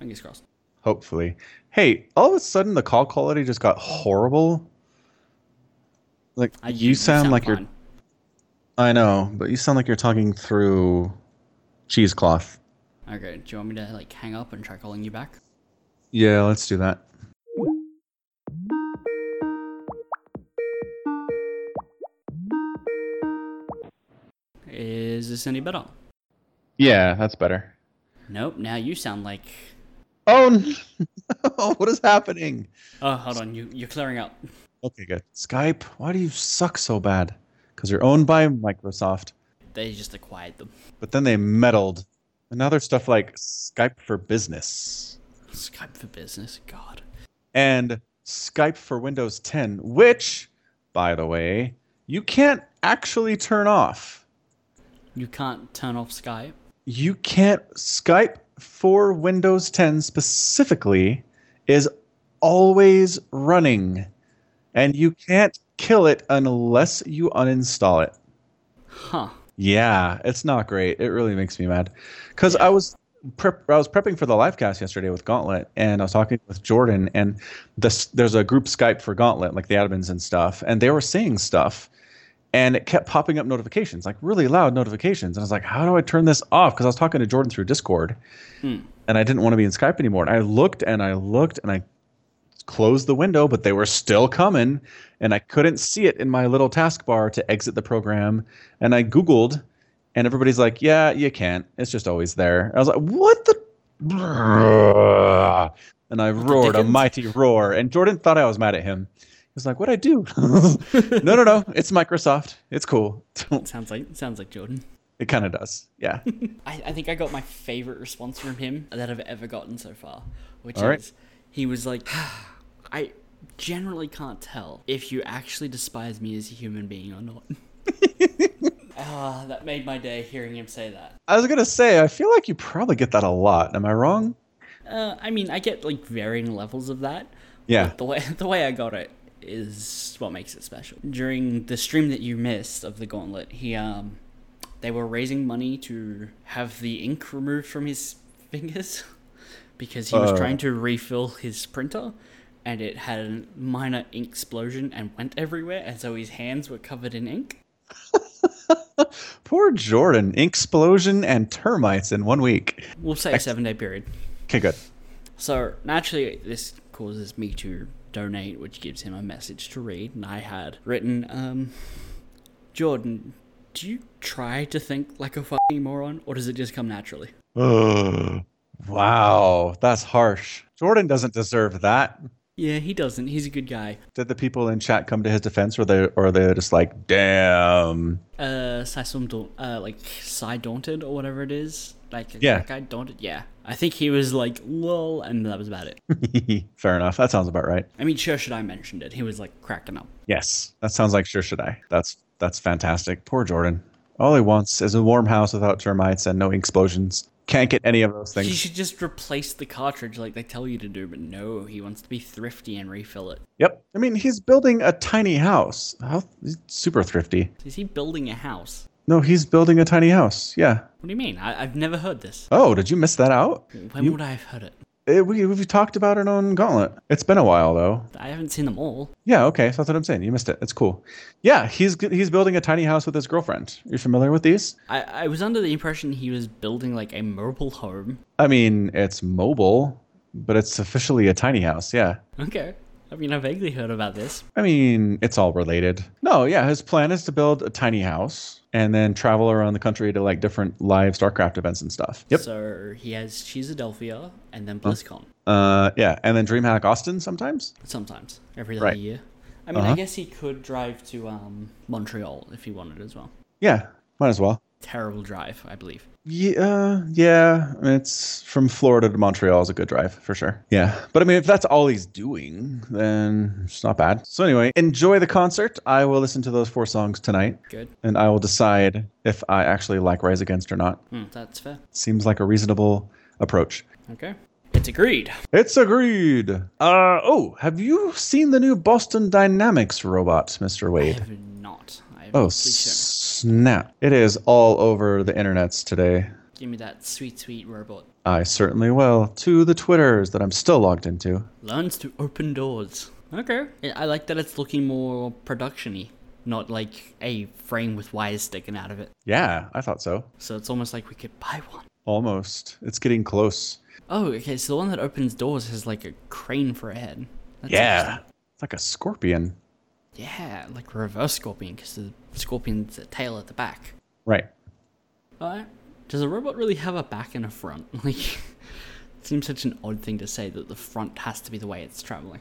Speaker 2: Fingers crossed.
Speaker 1: Hopefully. Hey, all of a sudden the call quality just got horrible. Like
Speaker 2: I-
Speaker 1: you, sound, like you're
Speaker 2: fine.
Speaker 1: I know, but you sound like you're talking through cheesecloth.
Speaker 2: Okay, do you want me to like hang up and try calling you back?
Speaker 1: Yeah, let's do that.
Speaker 2: Is this any better?
Speaker 1: Yeah, that's better.
Speaker 2: Nope, now you sound like.
Speaker 1: Oh [LAUGHS] no. what is happening?
Speaker 2: Oh, hold on, you, you're clearing up.
Speaker 1: Okay, good. Skype, why do you suck so bad? Because you're owned by Microsoft.
Speaker 2: They just acquired them.
Speaker 1: But then they meddled. And now there's stuff like Skype for Business
Speaker 2: Skype for business, God.
Speaker 1: and Skype for Windows 10, which, by the way, you can't actually turn off.
Speaker 2: You can't turn off Skype.
Speaker 1: You can't. Skype for Windows 10 specifically is always running, and you can't kill it unless you uninstall it.
Speaker 2: Huh.
Speaker 1: Yeah, it's not great. It really makes me mad because I was prep I was prepping for the live cast yesterday with Gauntlet, and I was talking with Jordan, and this there's a group Skype for Gauntlet, like the admins and stuff, and they were saying stuff, and it kept popping up notifications, like really loud notifications, and I was like, how do I turn this off? Because I was talking to Jordan through Discord,
Speaker 2: Hmm.
Speaker 1: and I didn't want to be in Skype anymore, and I looked and I looked and I closed the window but they were still coming and i couldn't see it in my little taskbar to exit the program and i googled and everybody's like, "Yeah, you can't. It's just always there." I was like, "What the?" [LAUGHS] And I roared a
Speaker 2: dickens?
Speaker 1: mighty roar, and Jordan thought I was mad at him. He was like, "What'd I do?" [LAUGHS] no, no, no. It's Microsoft. It's cool. [LAUGHS]
Speaker 2: Sounds like sounds like Jordan.
Speaker 1: it kind of does. Yeah.
Speaker 2: I, I think I got my favorite response from him that I've ever gotten so far, which
Speaker 1: All right.
Speaker 2: is he was like, [SIGHS] I generally can't tell if you actually despise me as a human being or not. [LAUGHS] Ah, that made my day hearing him say that.
Speaker 1: I was gonna say, I feel like you probably get that a lot. Am I wrong?
Speaker 2: Uh, I mean, I get like varying levels of that.
Speaker 1: Yeah.
Speaker 2: But the way [LAUGHS] the way I got it is what makes it special. During the stream that you missed of the Gauntlet, he um, they were raising money to have the ink removed from his fingers [LAUGHS] because he was
Speaker 1: Uh.
Speaker 2: trying to refill his printer. And it had a minor ink explosion and went everywhere, and so his hands were covered in ink.
Speaker 1: Poor Jordan. Inksplosion and termites in one week.
Speaker 2: We'll say a seven day period.
Speaker 1: Okay, good.
Speaker 2: So naturally, this causes me to donate, which gives him a message to read. And I had written, um, Jordan, do you try to think like a fucking moron, or does it just come naturally?
Speaker 1: Ugh. Wow, that's harsh. Jordan doesn't deserve that.
Speaker 2: Yeah, he doesn't. He's a good guy.
Speaker 1: Did the people in chat come to his defense, or they or they're just like, [LAUGHS] damn?
Speaker 2: Uh, Sisum, daunt- uh, like Psy Daunted or whatever it is. Like
Speaker 1: Yeah.
Speaker 2: that guy Daunted. Yeah, I think he was like lol, and that was about it.
Speaker 1: Fair enough. That sounds about right.
Speaker 2: I mean, sure, should I mentioned it? He was like cracking up.
Speaker 1: Yes, that sounds like sure should I. That's that's fantastic. Poor Jordan. All he wants is a warm house without termites and no explosions. Can't get any of those
Speaker 2: You
Speaker 1: things.
Speaker 2: should just replace the cartridge like they tell you to do, but no, he wants to be thrifty and refill it.
Speaker 1: Yep. I mean, he's building a tiny house. How he's super thrifty.
Speaker 2: Is he building a house?
Speaker 1: No, he's building a tiny house. Yeah.
Speaker 2: What do you mean? I, I've never heard this.
Speaker 1: Oh, did you miss that out?
Speaker 2: When would I have heard it?
Speaker 1: Eh, we we've talked about it on Gauntlet. It's been a while though.
Speaker 2: I haven't seen them all.
Speaker 1: Yeah, okay. So that's what I'm saying. You missed it. It's cool. Yeah, he's he's building a tiny house with his girlfriend. You're familiar with these?
Speaker 2: I, I was under the impression he was building like a mobile home. [LAUGHS]
Speaker 1: I mean, it's mobile, but it's officially a tiny house. Yeah.
Speaker 2: Okay. I mean, I vaguely heard about this.
Speaker 1: I mean, it's all related. No, No, yeah, his plan is to build a tiny house and then travel around the country to like different live StarCraft events and stuff. Yep.
Speaker 2: So he has Cheesadelphia and then BlizzCon
Speaker 1: Uh, yeah, and then DreamHack Austin sometimes.
Speaker 2: sometimes every other
Speaker 1: Right.
Speaker 2: year. I mean, I
Speaker 1: Uh-huh.
Speaker 2: guess he could drive to um, Montreal if he wanted as well.
Speaker 1: Yeah, might as well.
Speaker 2: Terrible drive, I believe.
Speaker 1: Yeah, uh, yeah, it's from Florida to Montreal is a good drive for sure. Yeah, but I mean, if that's all he's doing, then it's not bad. So anyway, enjoy the concert. I will listen to those four songs tonight,
Speaker 2: Good.
Speaker 1: and I will decide if I actually like Rise Against or not.
Speaker 2: Hmm, that's fair.
Speaker 1: Seems like a reasonable approach.
Speaker 2: Okay. It's agreed.
Speaker 1: It's agreed. Uh oh, have you seen the new Boston Dynamics robot, Mr.
Speaker 2: I
Speaker 1: Wade?
Speaker 2: have not. I have
Speaker 1: Oh
Speaker 2: please
Speaker 1: snap! It is all over the internets today.
Speaker 2: don't. Give me that sweet, sweet robot.
Speaker 1: I certainly will. To the Twitters that I'm still logged into.
Speaker 2: Learns to open doors. Okay. Yeah, I like that it's looking more production-y, not like a frame with wires sticking out of it.
Speaker 1: Yeah, I thought so.
Speaker 2: So it's almost like we could buy one.
Speaker 1: Almost. It's getting close.
Speaker 2: Oh, okay. So the one that opens doors has like a crane for a head. That's interesting.
Speaker 1: It's like a scorpion.
Speaker 2: Yeah, like reverse scorpion because the scorpion's a tail at the back.
Speaker 1: Right.
Speaker 2: Alright. Does a robot really have a back and a front? [LAUGHS] Like, it seems such an odd thing to say that the front has to be the way it's traveling.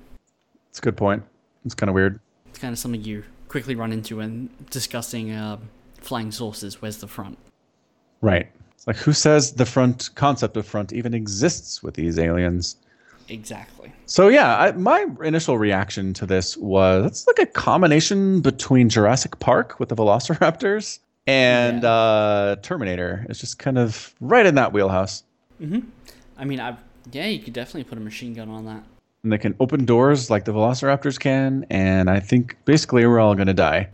Speaker 1: It's a good point. It's kind of weird.
Speaker 2: It's kind of something you quickly run into when discussing uh, flying saucers. Where's the front?
Speaker 1: Right. It's like who says the front concept of front even exists with these aliens?
Speaker 2: Exactly.
Speaker 1: So yeah, I, my initial reaction to this was it's like a combination between Jurassic Park with the Velociraptors and
Speaker 2: Yeah.
Speaker 1: uh, Terminator. It's just kind of right in that wheelhouse.
Speaker 2: I mean, I yeah, you could definitely put a machine gun on that.
Speaker 1: and they can open doors like the velociraptors can and i think basically we're all going to die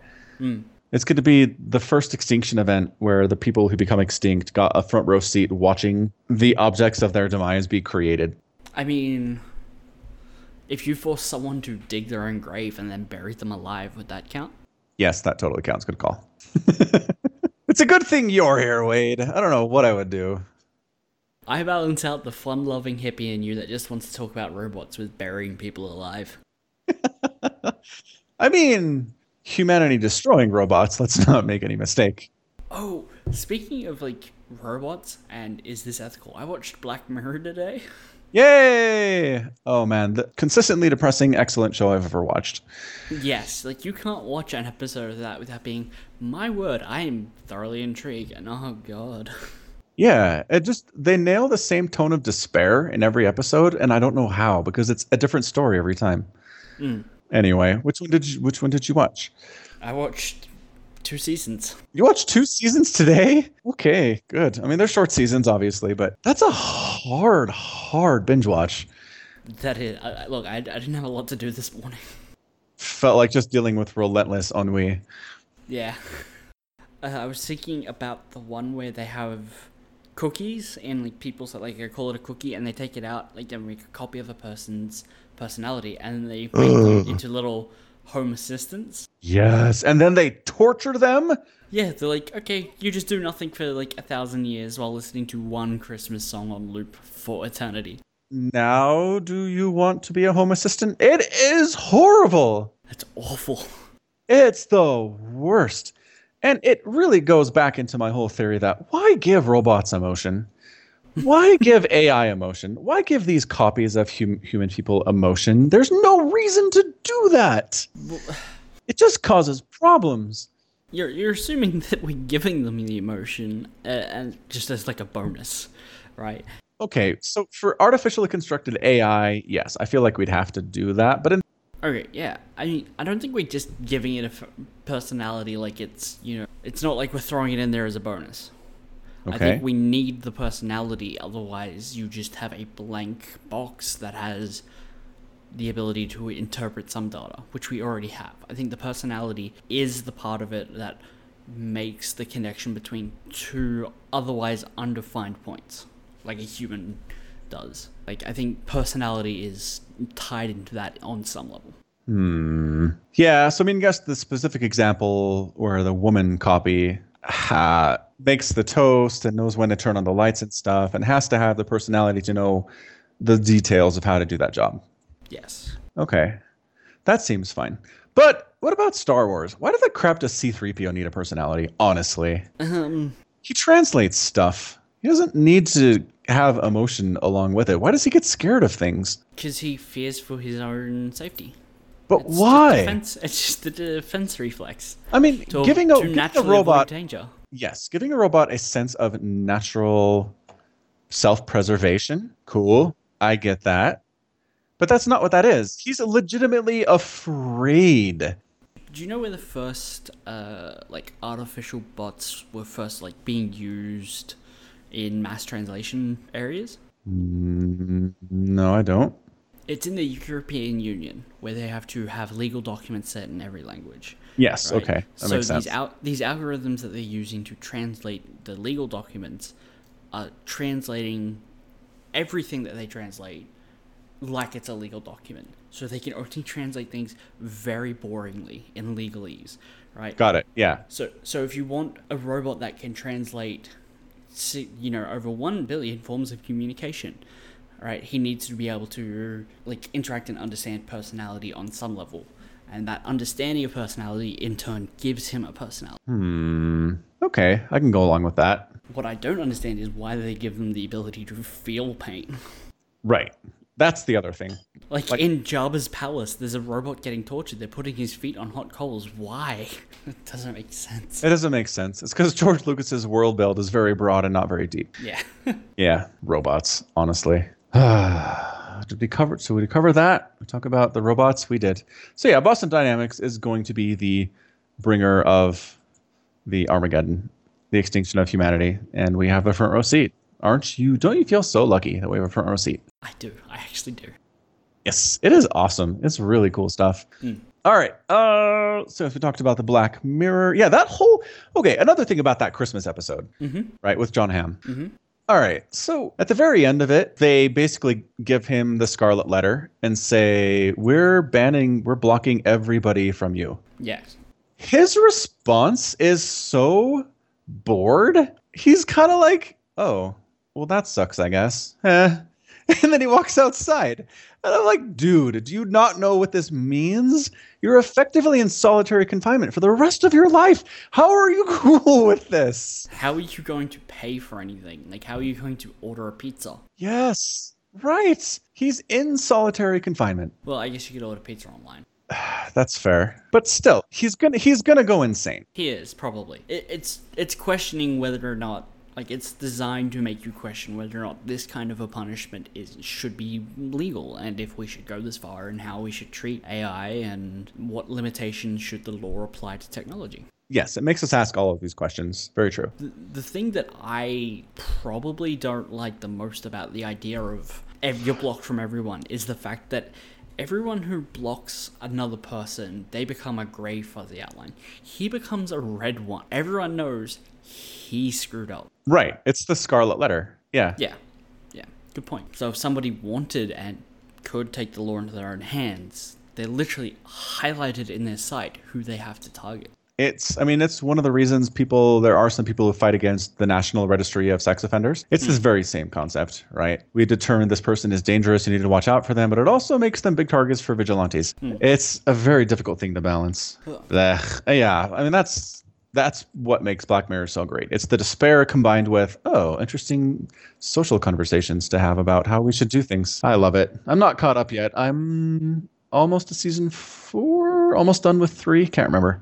Speaker 1: it's going to be the first extinction event where the people who become extinct got a front row seat watching the objects of their demise be created
Speaker 2: I mean, if you force someone to dig their own grave and then bury them alive, would that count?
Speaker 1: yes that totally counts good call [LAUGHS] it's a good thing you're here wade i don't know what i would do
Speaker 2: I balance out the fun-loving hippie in you that just wants to talk about robots with burying people alive.
Speaker 1: i mean humanity destroying robots let's not make any mistake
Speaker 2: Oh, speaking of like robots and is this ethical? I watched Black Mirror today. [LAUGHS]
Speaker 1: yay oh man the consistently depressing excellent show i've ever watched
Speaker 2: yes, like you can't watch an episode of that without being, my word, I am thoroughly intrigued and oh god. [LAUGHS]
Speaker 1: Yeah, it just they nail the same tone of despair in every episode, and I don't know how because it's a different story every time. Anyway, which one did you which one did you watch?
Speaker 2: I watched two seasons.
Speaker 1: You watched two seasons today? Okay, good. I mean, they're short seasons, obviously, but that's a hard, hard binge watch.
Speaker 2: That is, I, I- look, I, I didn't have a lot to do this morning. [LAUGHS]
Speaker 1: Felt like just dealing with relentless ennui.
Speaker 2: yeah. Uh, I was thinking about the one where they have cookies and like people so like they call it a cookie and they take it out like and make a copy of a person's personality and they make them into little home assistants
Speaker 1: Yes, and then they torture them.
Speaker 2: Yeah, they're like, okay, you just do nothing for like a thousand years while listening to one Christmas song on loop for eternity.
Speaker 1: Now, do you want to be a home assistant? It is horrible.
Speaker 2: That's awful. [LAUGHS]
Speaker 1: It's the worst. And it really goes back into my whole theory that why give robots emotion? Why give AI emotion? Why give these copies of hum- human people emotion? There's no reason to do that. It just causes problems.
Speaker 2: You're you're assuming [LAUGHS] that we're giving them the emotion uh, and just as like a bonus, right?
Speaker 1: Okay, so for artificially constructed AI, yes, I feel like we'd have to do that. But in,
Speaker 2: Okay, yeah. I mean, I don't think we're just giving it a f- personality like it's you know, it's not like we're throwing it in there as a bonus. I
Speaker 1: Okay.
Speaker 2: think we need the personality, otherwise you just have a blank box that has the ability to interpret some data, which we already have. I think the personality is the part of it that makes the connection between two otherwise undefined points, like a human does. Like I think personality is tied into that on some level.
Speaker 1: yeah, so I mean, guess the specific example where the woman copy ha, makes the toast and knows when to turn on the lights and stuff and has to have the personality to know the details of how to do that job.
Speaker 2: Yes.
Speaker 1: Okay. That seems fine. But What about Star Wars? Why the crap does C3PO need a personality, honestly?
Speaker 2: Um,
Speaker 1: He translates stuff. He doesn't need to have emotion along with it. Why does he get scared of things?
Speaker 2: because he fears for his own safety.
Speaker 1: But
Speaker 2: It's just
Speaker 1: why?
Speaker 2: defense- it's just the defense reflex.
Speaker 1: I mean,
Speaker 2: To,
Speaker 1: giving
Speaker 2: to
Speaker 1: a, giving a
Speaker 2: naturally avoid
Speaker 1: robot
Speaker 2: danger.
Speaker 1: Yes, giving a robot a sense of natural self preservation. Cool. I get that. But that's not what that is. He's legitimately afraid.
Speaker 2: Do you know where the first uh, like artificial bots were first like being used in mass translation areas?
Speaker 1: Mm, No, I don't.
Speaker 2: It's in the European Union where they have to have legal documents set in every language.
Speaker 1: Yes,
Speaker 2: right?
Speaker 1: okay. That
Speaker 2: so
Speaker 1: makes sense.
Speaker 2: these out these algorithms that they're using to translate the legal documents are translating everything that they translate like it's a legal document. So they can only translate things very boringly in legalese, right?
Speaker 1: Got it. Yeah.
Speaker 2: So, so if you want a robot that can translate, si- you know, over one billion forms of communication, right? He needs to be able to like interact and understand personality on some level, and that understanding of personality in turn gives him a personality.
Speaker 1: Hmm. Okay, I can go along with that.
Speaker 2: What I don't understand is why they give them the ability to feel pain. [LAUGHS]
Speaker 1: Right. That's the other thing.
Speaker 2: Like, in Jabba's palace, there's a robot getting tortured. They're putting his feet on hot coals. Why? [LAUGHS] It doesn't make sense.
Speaker 1: [LAUGHS] It doesn't make sense. It's because George Lucas's world build is very broad and not very deep.
Speaker 2: Yeah. [LAUGHS]
Speaker 1: Yeah, robots. Honestly, [SIGHS] did we cover? So we cover that. We talk about the robots. We did. So yeah, Boston Dynamics is going to be the bringer of the Armageddon, the extinction of humanity, and we have a front row seat. Aren't you? Don't you feel so lucky that we have a front row seat?
Speaker 2: I do. I actually do.
Speaker 1: Yes, it is awesome. It's really cool stuff.
Speaker 2: Mm.
Speaker 1: All right. Uh, so if we talked about the Black Mirror, yeah, that whole okay. Another thing about that Christmas episode,
Speaker 2: Mhm.
Speaker 1: right, with John Hamm.
Speaker 2: Mhm.
Speaker 1: All right. So at the very end of it, they basically give him the Scarlet Letter and say, "We're banning, we're blocking everybody from you."
Speaker 2: Yes.
Speaker 1: His response is so bored. He's kind of like, "Oh, well, that sucks, I guess." [LAUGHS] Eh. And then he walks outside. And I'm like, dude, do you not know what this means? You're effectively in solitary confinement for the rest of your life. How are you [LAUGHS] cool with this?
Speaker 2: How are you going to pay for anything? Like, how are you going to order a pizza?
Speaker 1: Yes, right. He's in solitary confinement.
Speaker 2: Well, I guess you could order pizza online.
Speaker 1: That's fair. But still, he's gonna he's gonna go insane.
Speaker 2: He is probably. It, it's it's questioning whether or not like it's designed to make you question whether or not this kind of a punishment is should be legal and if we should go this far and how we should treat AI and what limitations should the law apply to technology.
Speaker 1: Yes, it makes us ask all of these questions. Very true.
Speaker 2: The, the thing that I probably don't like the most about the idea of ev- you're blocked from everyone is the fact that everyone who blocks another person, they become a grey fuzzy outline. He becomes a red one. Everyone knows he screwed up.
Speaker 1: Right. It's the scarlet letter. Yeah.
Speaker 2: Yeah, yeah, good point. So if somebody wanted and could take the law into their own hands, they're literally highlighted in their site who they have to target.
Speaker 1: It's I mean, it's one of the reasons people there are some people who fight against the National Registry of Sex Offenders. It's this very same concept, right? We determine this person is dangerous, you need to watch out for them, but it also makes them big targets for vigilantes. It's a very difficult thing to balance.
Speaker 2: Huh.
Speaker 1: Blech. Yeah. I mean that's that's what makes Black Mirror so great. It's the despair combined with, oh, interesting social conversations to have about how we should do things. I love it. I'm not caught up yet. I'm almost to season four, almost done with three. Can't remember.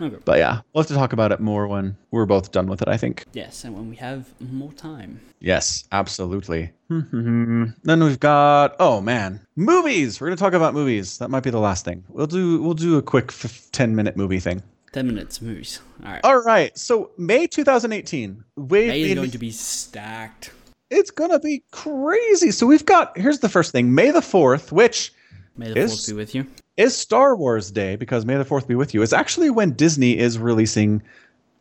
Speaker 2: Okay.
Speaker 1: But yeah, we'll have to talk about it more when we're both done with it, I think.
Speaker 2: Yes, and when we have more time.
Speaker 1: Yes, absolutely. [LAUGHS] then we've got oh man, movies. We're going to talk about movies. That might be the last thing. We'll do we'll do a quick f- 10-minute movie thing.
Speaker 2: 10 minutes moves. All right.
Speaker 1: All right. So, May 2018. Wave
Speaker 2: May is
Speaker 1: in-
Speaker 2: going to be stacked.
Speaker 1: it's going to be crazy. So, we've got here's the first thing, May the 4th, which
Speaker 2: May the
Speaker 1: Is-
Speaker 2: fourth be with you.
Speaker 1: is Star Wars Day because May the 4th be with you is actually when Disney is releasing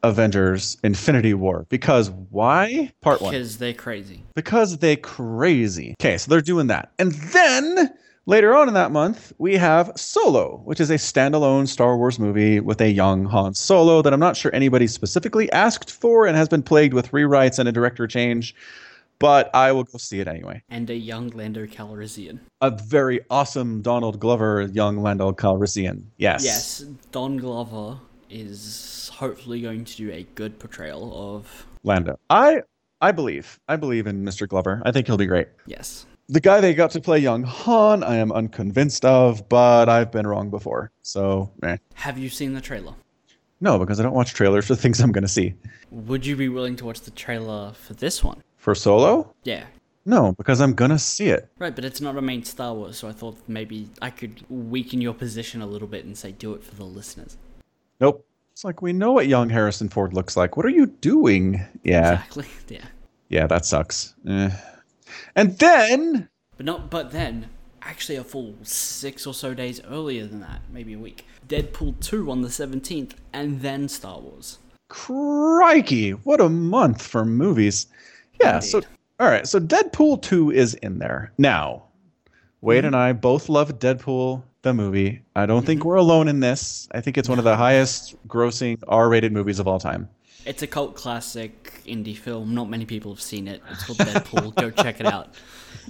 Speaker 1: Avengers Infinity War because why? Part 1.
Speaker 2: Because they're crazy.
Speaker 1: because they crazy. Okay, so they're doing that. And then later on in that month, we have Solo, which is a standalone Star Wars movie with a young Han Solo that I'm not sure anybody specifically asked for and has been plagued with rewrites and a director change. but I will go see it anyway.
Speaker 2: and a young Lando Calrissian.
Speaker 1: A very awesome Donald Glover young Lando Calrissian. Yes.
Speaker 2: Yes, Don Glover is hopefully going to do a good portrayal of.
Speaker 1: Lando. I I believe. I believe in Mr. Glover. I think he'll be great.
Speaker 2: Yes.
Speaker 1: The guy they got to play young Han, I am unconvinced of, but I've been wrong before. So, eh.
Speaker 2: Have you seen the trailer?
Speaker 1: no, because I don't watch trailers for [LAUGHS] things I'm going to see.
Speaker 2: Would you be willing to watch the trailer for this one?
Speaker 1: For Solo?
Speaker 2: Yeah.
Speaker 1: No, because I'm going to see it.
Speaker 2: Right, but it's not a main Star Wars, so I thought maybe I could weaken your position a little bit and say do it for the listeners.
Speaker 1: Nope. It's like we know what young Harrison Ford looks like. What are you doing? Yeah.
Speaker 2: Exactly. [LAUGHS] Yeah.
Speaker 1: Yeah, that sucks. Eh. And then
Speaker 2: But not but then, actually a full six or so days earlier than that, maybe a week. Deadpool two on the seventeenth, and then Star Wars.
Speaker 1: Crikey, what a month for movies. Yeah, so
Speaker 2: Indeed.
Speaker 1: all right, so Deadpool 2 is in there. Now, Wade and I both love Deadpool the movie. I don't think we're alone in this. I think it's one of the highest grossing R-rated movies of all time.
Speaker 2: It's a cult classic indie film. Not many people have seen it. It's called
Speaker 1: [LAUGHS]
Speaker 2: Deadpool. Go check it out.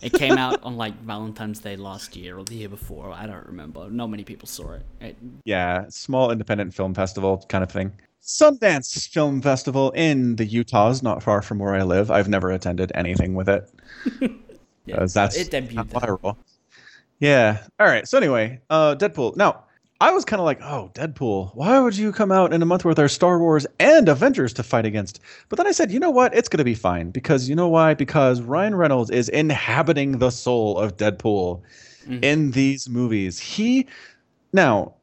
Speaker 2: It came out on like Valentine's Day last year or the year before. I don't remember. Not many people saw it. it
Speaker 1: Yeah, small independent film festival kind of thing. Sundance Film Festival in the Utahs, not far from where I live. I've never attended anything with it.
Speaker 2: yeah,
Speaker 1: Uh, that's
Speaker 2: it debuted.
Speaker 1: that's
Speaker 2: there.
Speaker 1: viral. Yeah. All right. So anyway, uh, Deadpool. Now, I was kind of like, oh, Deadpool. Why would you come out in a month where there's Star Wars and Avengers to fight against? But then I said, you know what? It's gonna be fine because you know why? Because Ryan Reynolds is inhabiting the soul of Deadpool in these movies. He now.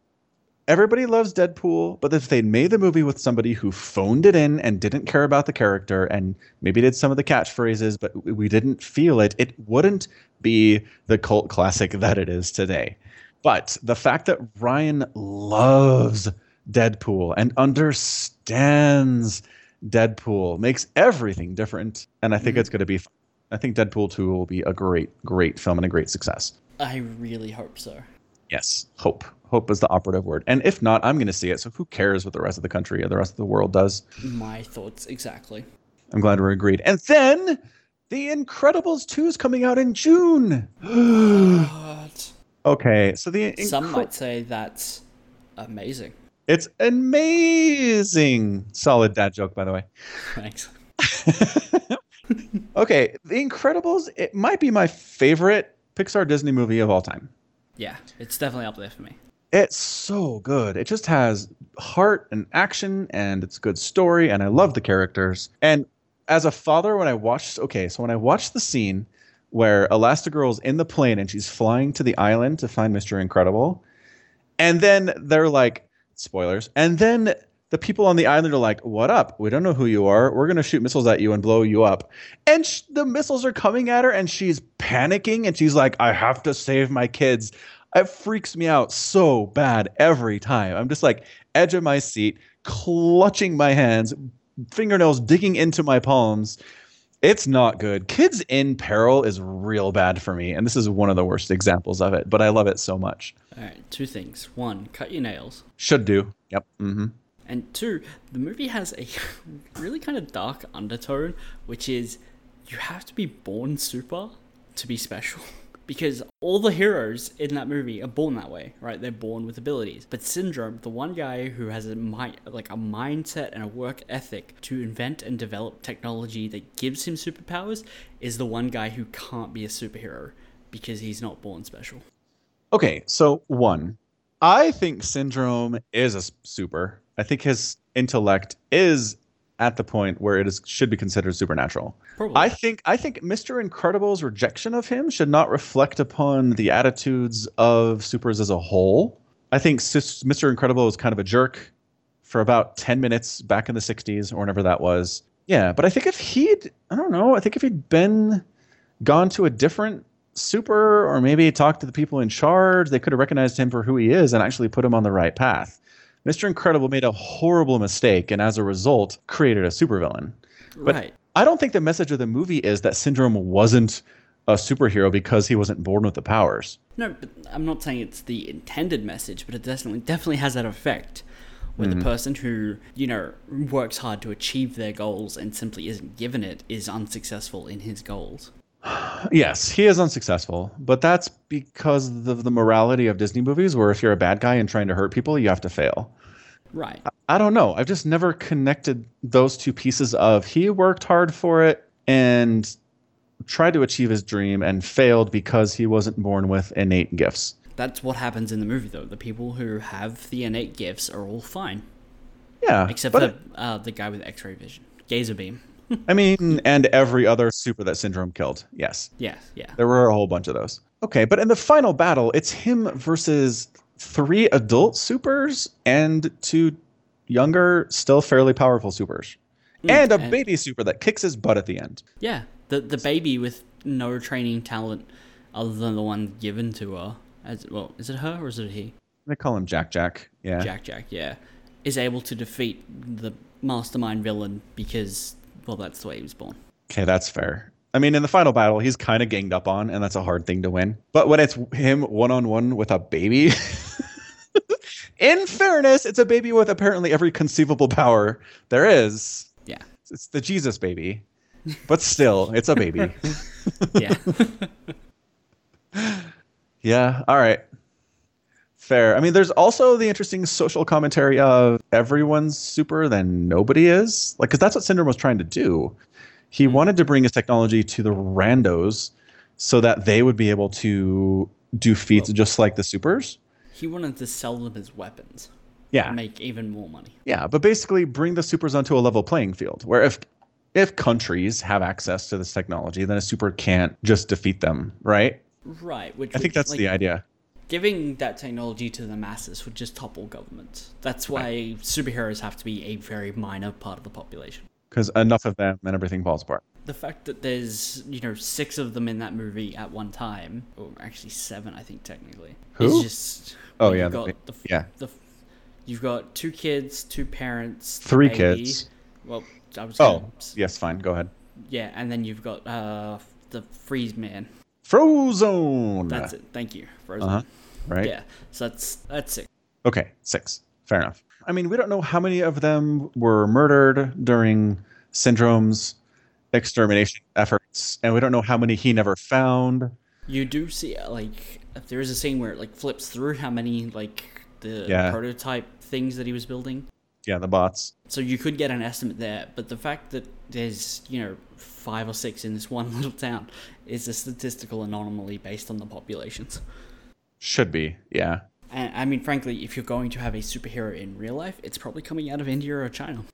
Speaker 1: Everybody loves Deadpool, but if they'd made the movie with somebody who phoned it in and didn't care about the character and maybe did some of the catchphrases, but w- we didn't feel it, it wouldn't be the cult classic that it is today. But the fact that Ryan loves Deadpool and understands Deadpool makes everything different. And I think it's going to be, f- I think Deadpool 2 will be a great, great film and a great success.
Speaker 2: I really hope so.
Speaker 1: Yes, hope. Hope is the operative word. And if not, I'm going to see it. So who cares what the rest of the country or the rest of the world does?
Speaker 2: My
Speaker 1: [SIGHS]
Speaker 2: thoughts exactly.
Speaker 1: I'm glad we're agreed. And then The Incredibles 2 is coming out in June. [GASPS]
Speaker 2: But
Speaker 1: okay, so the
Speaker 2: some
Speaker 1: Incre-
Speaker 2: might say that's amazing. [LAUGHS]
Speaker 1: it's amazing. Solid dad joke, by the way.
Speaker 2: Thanks.
Speaker 1: Okay, The Incredibles. It might be my favorite Pixar Disney movie of all time.
Speaker 2: Yeah, it's definitely up there for me.
Speaker 1: It's so good. It just has heart and action, and it's a good story, and I love the characters. And as a father, when I watched, okay, so when I watched the scene where Elastigirl's in the plane and she's flying to the island to find Mr. Incredible, and then they're like, spoilers, and then the people on the island are like, what up? We don't know who you are. We're going to shoot missiles at you and blow you up. And sh- the missiles are coming at her, and she's panicking, and she's like, I have to save my kids it freaks me out so bad every time. I'm just like edge of my seat, clutching my hands, fingernails digging into my palms. It's not good. Kids in peril is real bad for me, and this is one of the worst examples of it, but I love it so much.
Speaker 2: All right, two things. One, cut your nails.
Speaker 1: Should do. Yep. Mm-hmm.
Speaker 2: And two, the movie has a [LAUGHS] really kind of dark undertone, which is you have to be born super to be special. [LAUGHS] Because all the heroes in that movie are born that way, right? They're born with abilities. But Syndrome, the one guy who has a mi- like a mindset and a work ethic to invent and develop technology that gives him superpowers, is the one guy who can't be a superhero because he's not born special.
Speaker 1: Okay, so one, I think Syndrome is a s- super. I think his intellect is at the point where it is should be considered supernatural.
Speaker 2: Probably.
Speaker 1: I think I think Mr. Incredible's rejection of him should not reflect upon the attitudes of supers as a whole. I think Sis- Mr. Incredible was kind of a jerk for about 10 minutes back in the 60s or whenever that was. Yeah, but I think if he'd, I don't know, I think if he'd been gone to a different super or maybe talked to the people in charge, they could have recognized him for who he is and actually put him on the right path. Mr. Incredible made a horrible mistake and as a result created a supervillain. but-
Speaker 2: right.
Speaker 1: I don't think the message of the movie is that Syndrome wasn't a superhero because he wasn't born with the powers.
Speaker 2: No, but I'm not saying it's the intended message, but it definitely definitely has that effect, where the person who, you know, works hard to achieve their goals and simply isn't given it is unsuccessful in his goals.
Speaker 1: Yes, he is unsuccessful, but that's because of the morality of Disney movies, where if you're a bad guy and trying to hurt people, you have to fail.
Speaker 2: Right.
Speaker 1: I don't know. I've just never connected those two pieces of he worked hard for it and tried to achieve his dream and failed because he wasn't born with innate gifts.
Speaker 2: That's what happens in the movie, though. The people who have the innate gifts are all fine,
Speaker 1: Yeah,
Speaker 2: except
Speaker 1: but
Speaker 2: for uh, the guy with X-ray vision, Gazer beam.
Speaker 1: I mean, and every other super that syndrome killed. Yes,
Speaker 2: Yeah, yeah.
Speaker 1: there were a whole bunch of those. Okay, but in the final battle, it's him versus three adult supers and two younger, still fairly powerful supers, and a
Speaker 2: Hmm. and-
Speaker 1: baby super that kicks his butt at the end.
Speaker 2: Yeah, the the baby with no training talent other than the one given to her. As well, is it her or is it he?
Speaker 1: They call him Jack Jack. Yeah.
Speaker 2: [LAUGHS] Jack Jack, yeah, is able to defeat the mastermind villain because well, that's the way he was born.
Speaker 1: Okay, that's fair. I mean, in the final battle, he's kind of ganged up on, and that's a hard thing to win. But when it's him one on one with a baby, [LAUGHS] in fairness, it's a baby with apparently every conceivable power there is. [LAUGHS]
Speaker 2: Yeah,
Speaker 1: It's the Jesus baby, but still, it's a baby.
Speaker 2: yeah.
Speaker 1: yeah, all right. Fair. I mean, there's also the interesting social commentary of everyone's super than nobody is. Like, because that's what Syndrome was trying to do. He wanted to bring his technology to the randos so that they would be able to do feats just like the supers.
Speaker 2: he wanted to sell them as weapons
Speaker 1: Yeah.
Speaker 2: and make even more money.
Speaker 1: Yeah, but basically bring the supers onto a level playing field where if if countries have access to this technology, then a super can't just defeat them, right?
Speaker 2: Right, which
Speaker 1: I think
Speaker 2: would,
Speaker 1: that's
Speaker 2: like,
Speaker 1: the idea.
Speaker 2: Giving that technology to the masses would just topple governments. That's why superheroes have to be a very minor part of the population.
Speaker 1: Because enough of them and everything falls apart.
Speaker 2: the fact that there's you know six of them in that movie at one time, or actually seven, I think technically,
Speaker 1: Who?
Speaker 2: is just
Speaker 1: Oh,
Speaker 2: you've
Speaker 1: yeah, the
Speaker 2: got
Speaker 1: ba-
Speaker 2: the, f-
Speaker 1: yeah.
Speaker 2: the f- you've got two kids, two parents, the
Speaker 1: Three
Speaker 2: baby.
Speaker 1: kids.
Speaker 2: Well, I was
Speaker 1: Oh,
Speaker 2: gonna, s-
Speaker 1: yes, fine, go ahead.
Speaker 2: yeah, and then you've got uh f- the freeze man.
Speaker 1: Frozone.
Speaker 2: That's it. Thank you, Frozen.
Speaker 1: Uh-huh. Right?
Speaker 2: Yeah, so that's that's it.
Speaker 1: Okay, six. Fair enough. I mean, we don't know how many of them were murdered during Syndrome's extermination efforts, and we don't know how many he never found.
Speaker 2: You do see uh, like there is a scene where it like flips through how many like the
Speaker 1: Yeah.
Speaker 2: prototype things that he was building.
Speaker 1: Yeah, the bots.
Speaker 2: So you could get an estimate there, but the fact that there's, you know, five or six in this [LAUGHS] one little town is a statistical anomaly based on the populations.
Speaker 1: Should be, yeah. [LAUGHS]
Speaker 2: And I mean, frankly, if you're going to have a superhero in real life, it's probably coming out of India or China,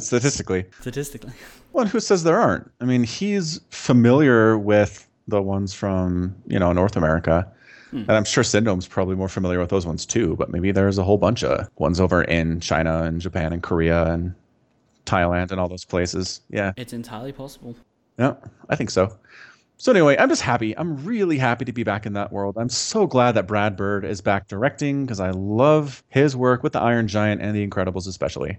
Speaker 1: Statistically.
Speaker 2: statistically. [LAUGHS]
Speaker 1: Well, and who says there aren't? I mean, he's familiar with the ones from, you know, North America. And I'm sure Syndrome's probably more familiar with those ones too, but maybe there's a whole bunch of ones over in China and Japan and Korea and Thailand and all those places. Yeah.
Speaker 2: It's entirely possible.
Speaker 1: Yeah, I think so. So anyway, I'm just happy. I'm really happy to be back in that world. I'm so glad that Brad Bird is back directing because I love his work with the Iron Giant and the Incredibles especially.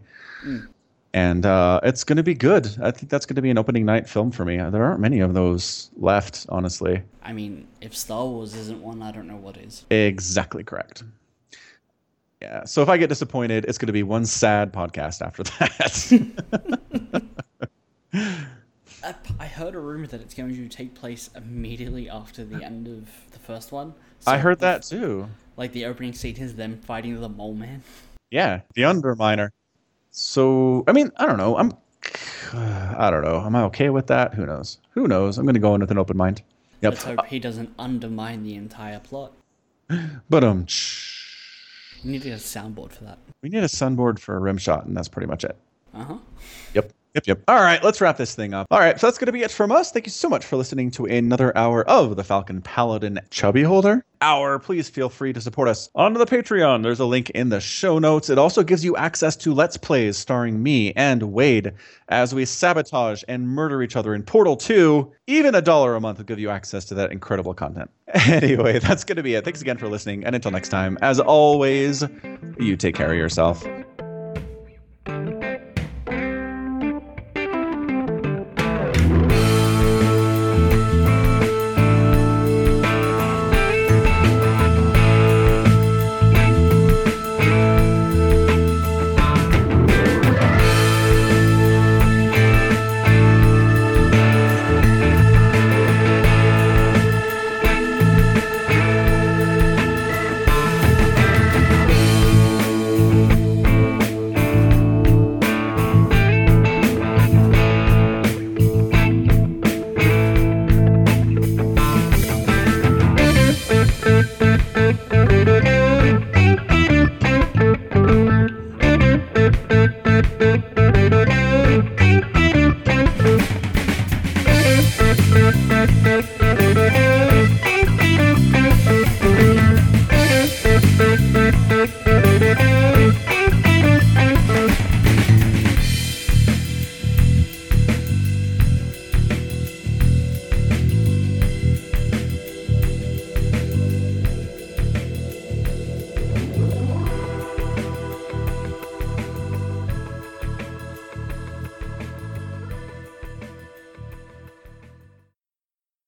Speaker 1: And uh, it's going to be good. I think that's going to be an opening night film for me. There aren't many of those left, honestly.
Speaker 2: I mean, if Star Wars isn't one, I don't know what is.
Speaker 1: Exactly correct. Yeah. So if I get disappointed, it's going to be one sad podcast after [LAUGHS] that.
Speaker 2: I, I heard a rumor that it's going to take place immediately after the end of the first one.
Speaker 1: I
Speaker 2: So
Speaker 1: heard
Speaker 2: the-
Speaker 1: that too.
Speaker 2: Like the opening scene is them fighting the mole man.
Speaker 1: Yeah, the underminer. So I mean, I don't know. I'm, [SIGHS] I don't know. Am I okay with that? Who knows? Who knows? I'm gonna go in with an open mind. Yep.
Speaker 2: Let's hope he doesn't undermine the entire plot.
Speaker 1: But um,
Speaker 2: You need to get a soundboard for that.
Speaker 1: we need a sunboard for a rim shot, and that's pretty much it.
Speaker 2: Uh huh.
Speaker 1: Yep. Yep. Yep. All right. Let's wrap this thing up. All right. So that's gonna be it from us. Thank you so much for listening to another hour of the Falcon Paladin Chubby Holder hour. Please feel free to support us on the Patreon. There's a link in the show notes. It also gives you access to Let's Plays starring me and Wade as we sabotage and murder each other in Portal 2. Even a dollar a month will give you access to that incredible content. [LAUGHS] Anyway, that's gonna be it. Thanks again for listening, and until next time, as always, you take care of yourself.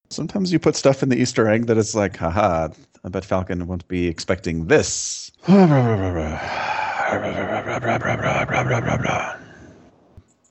Speaker 1: sometimes you put stuff in the Easter egg that is like, haha, I bet Falcon won't be expecting this.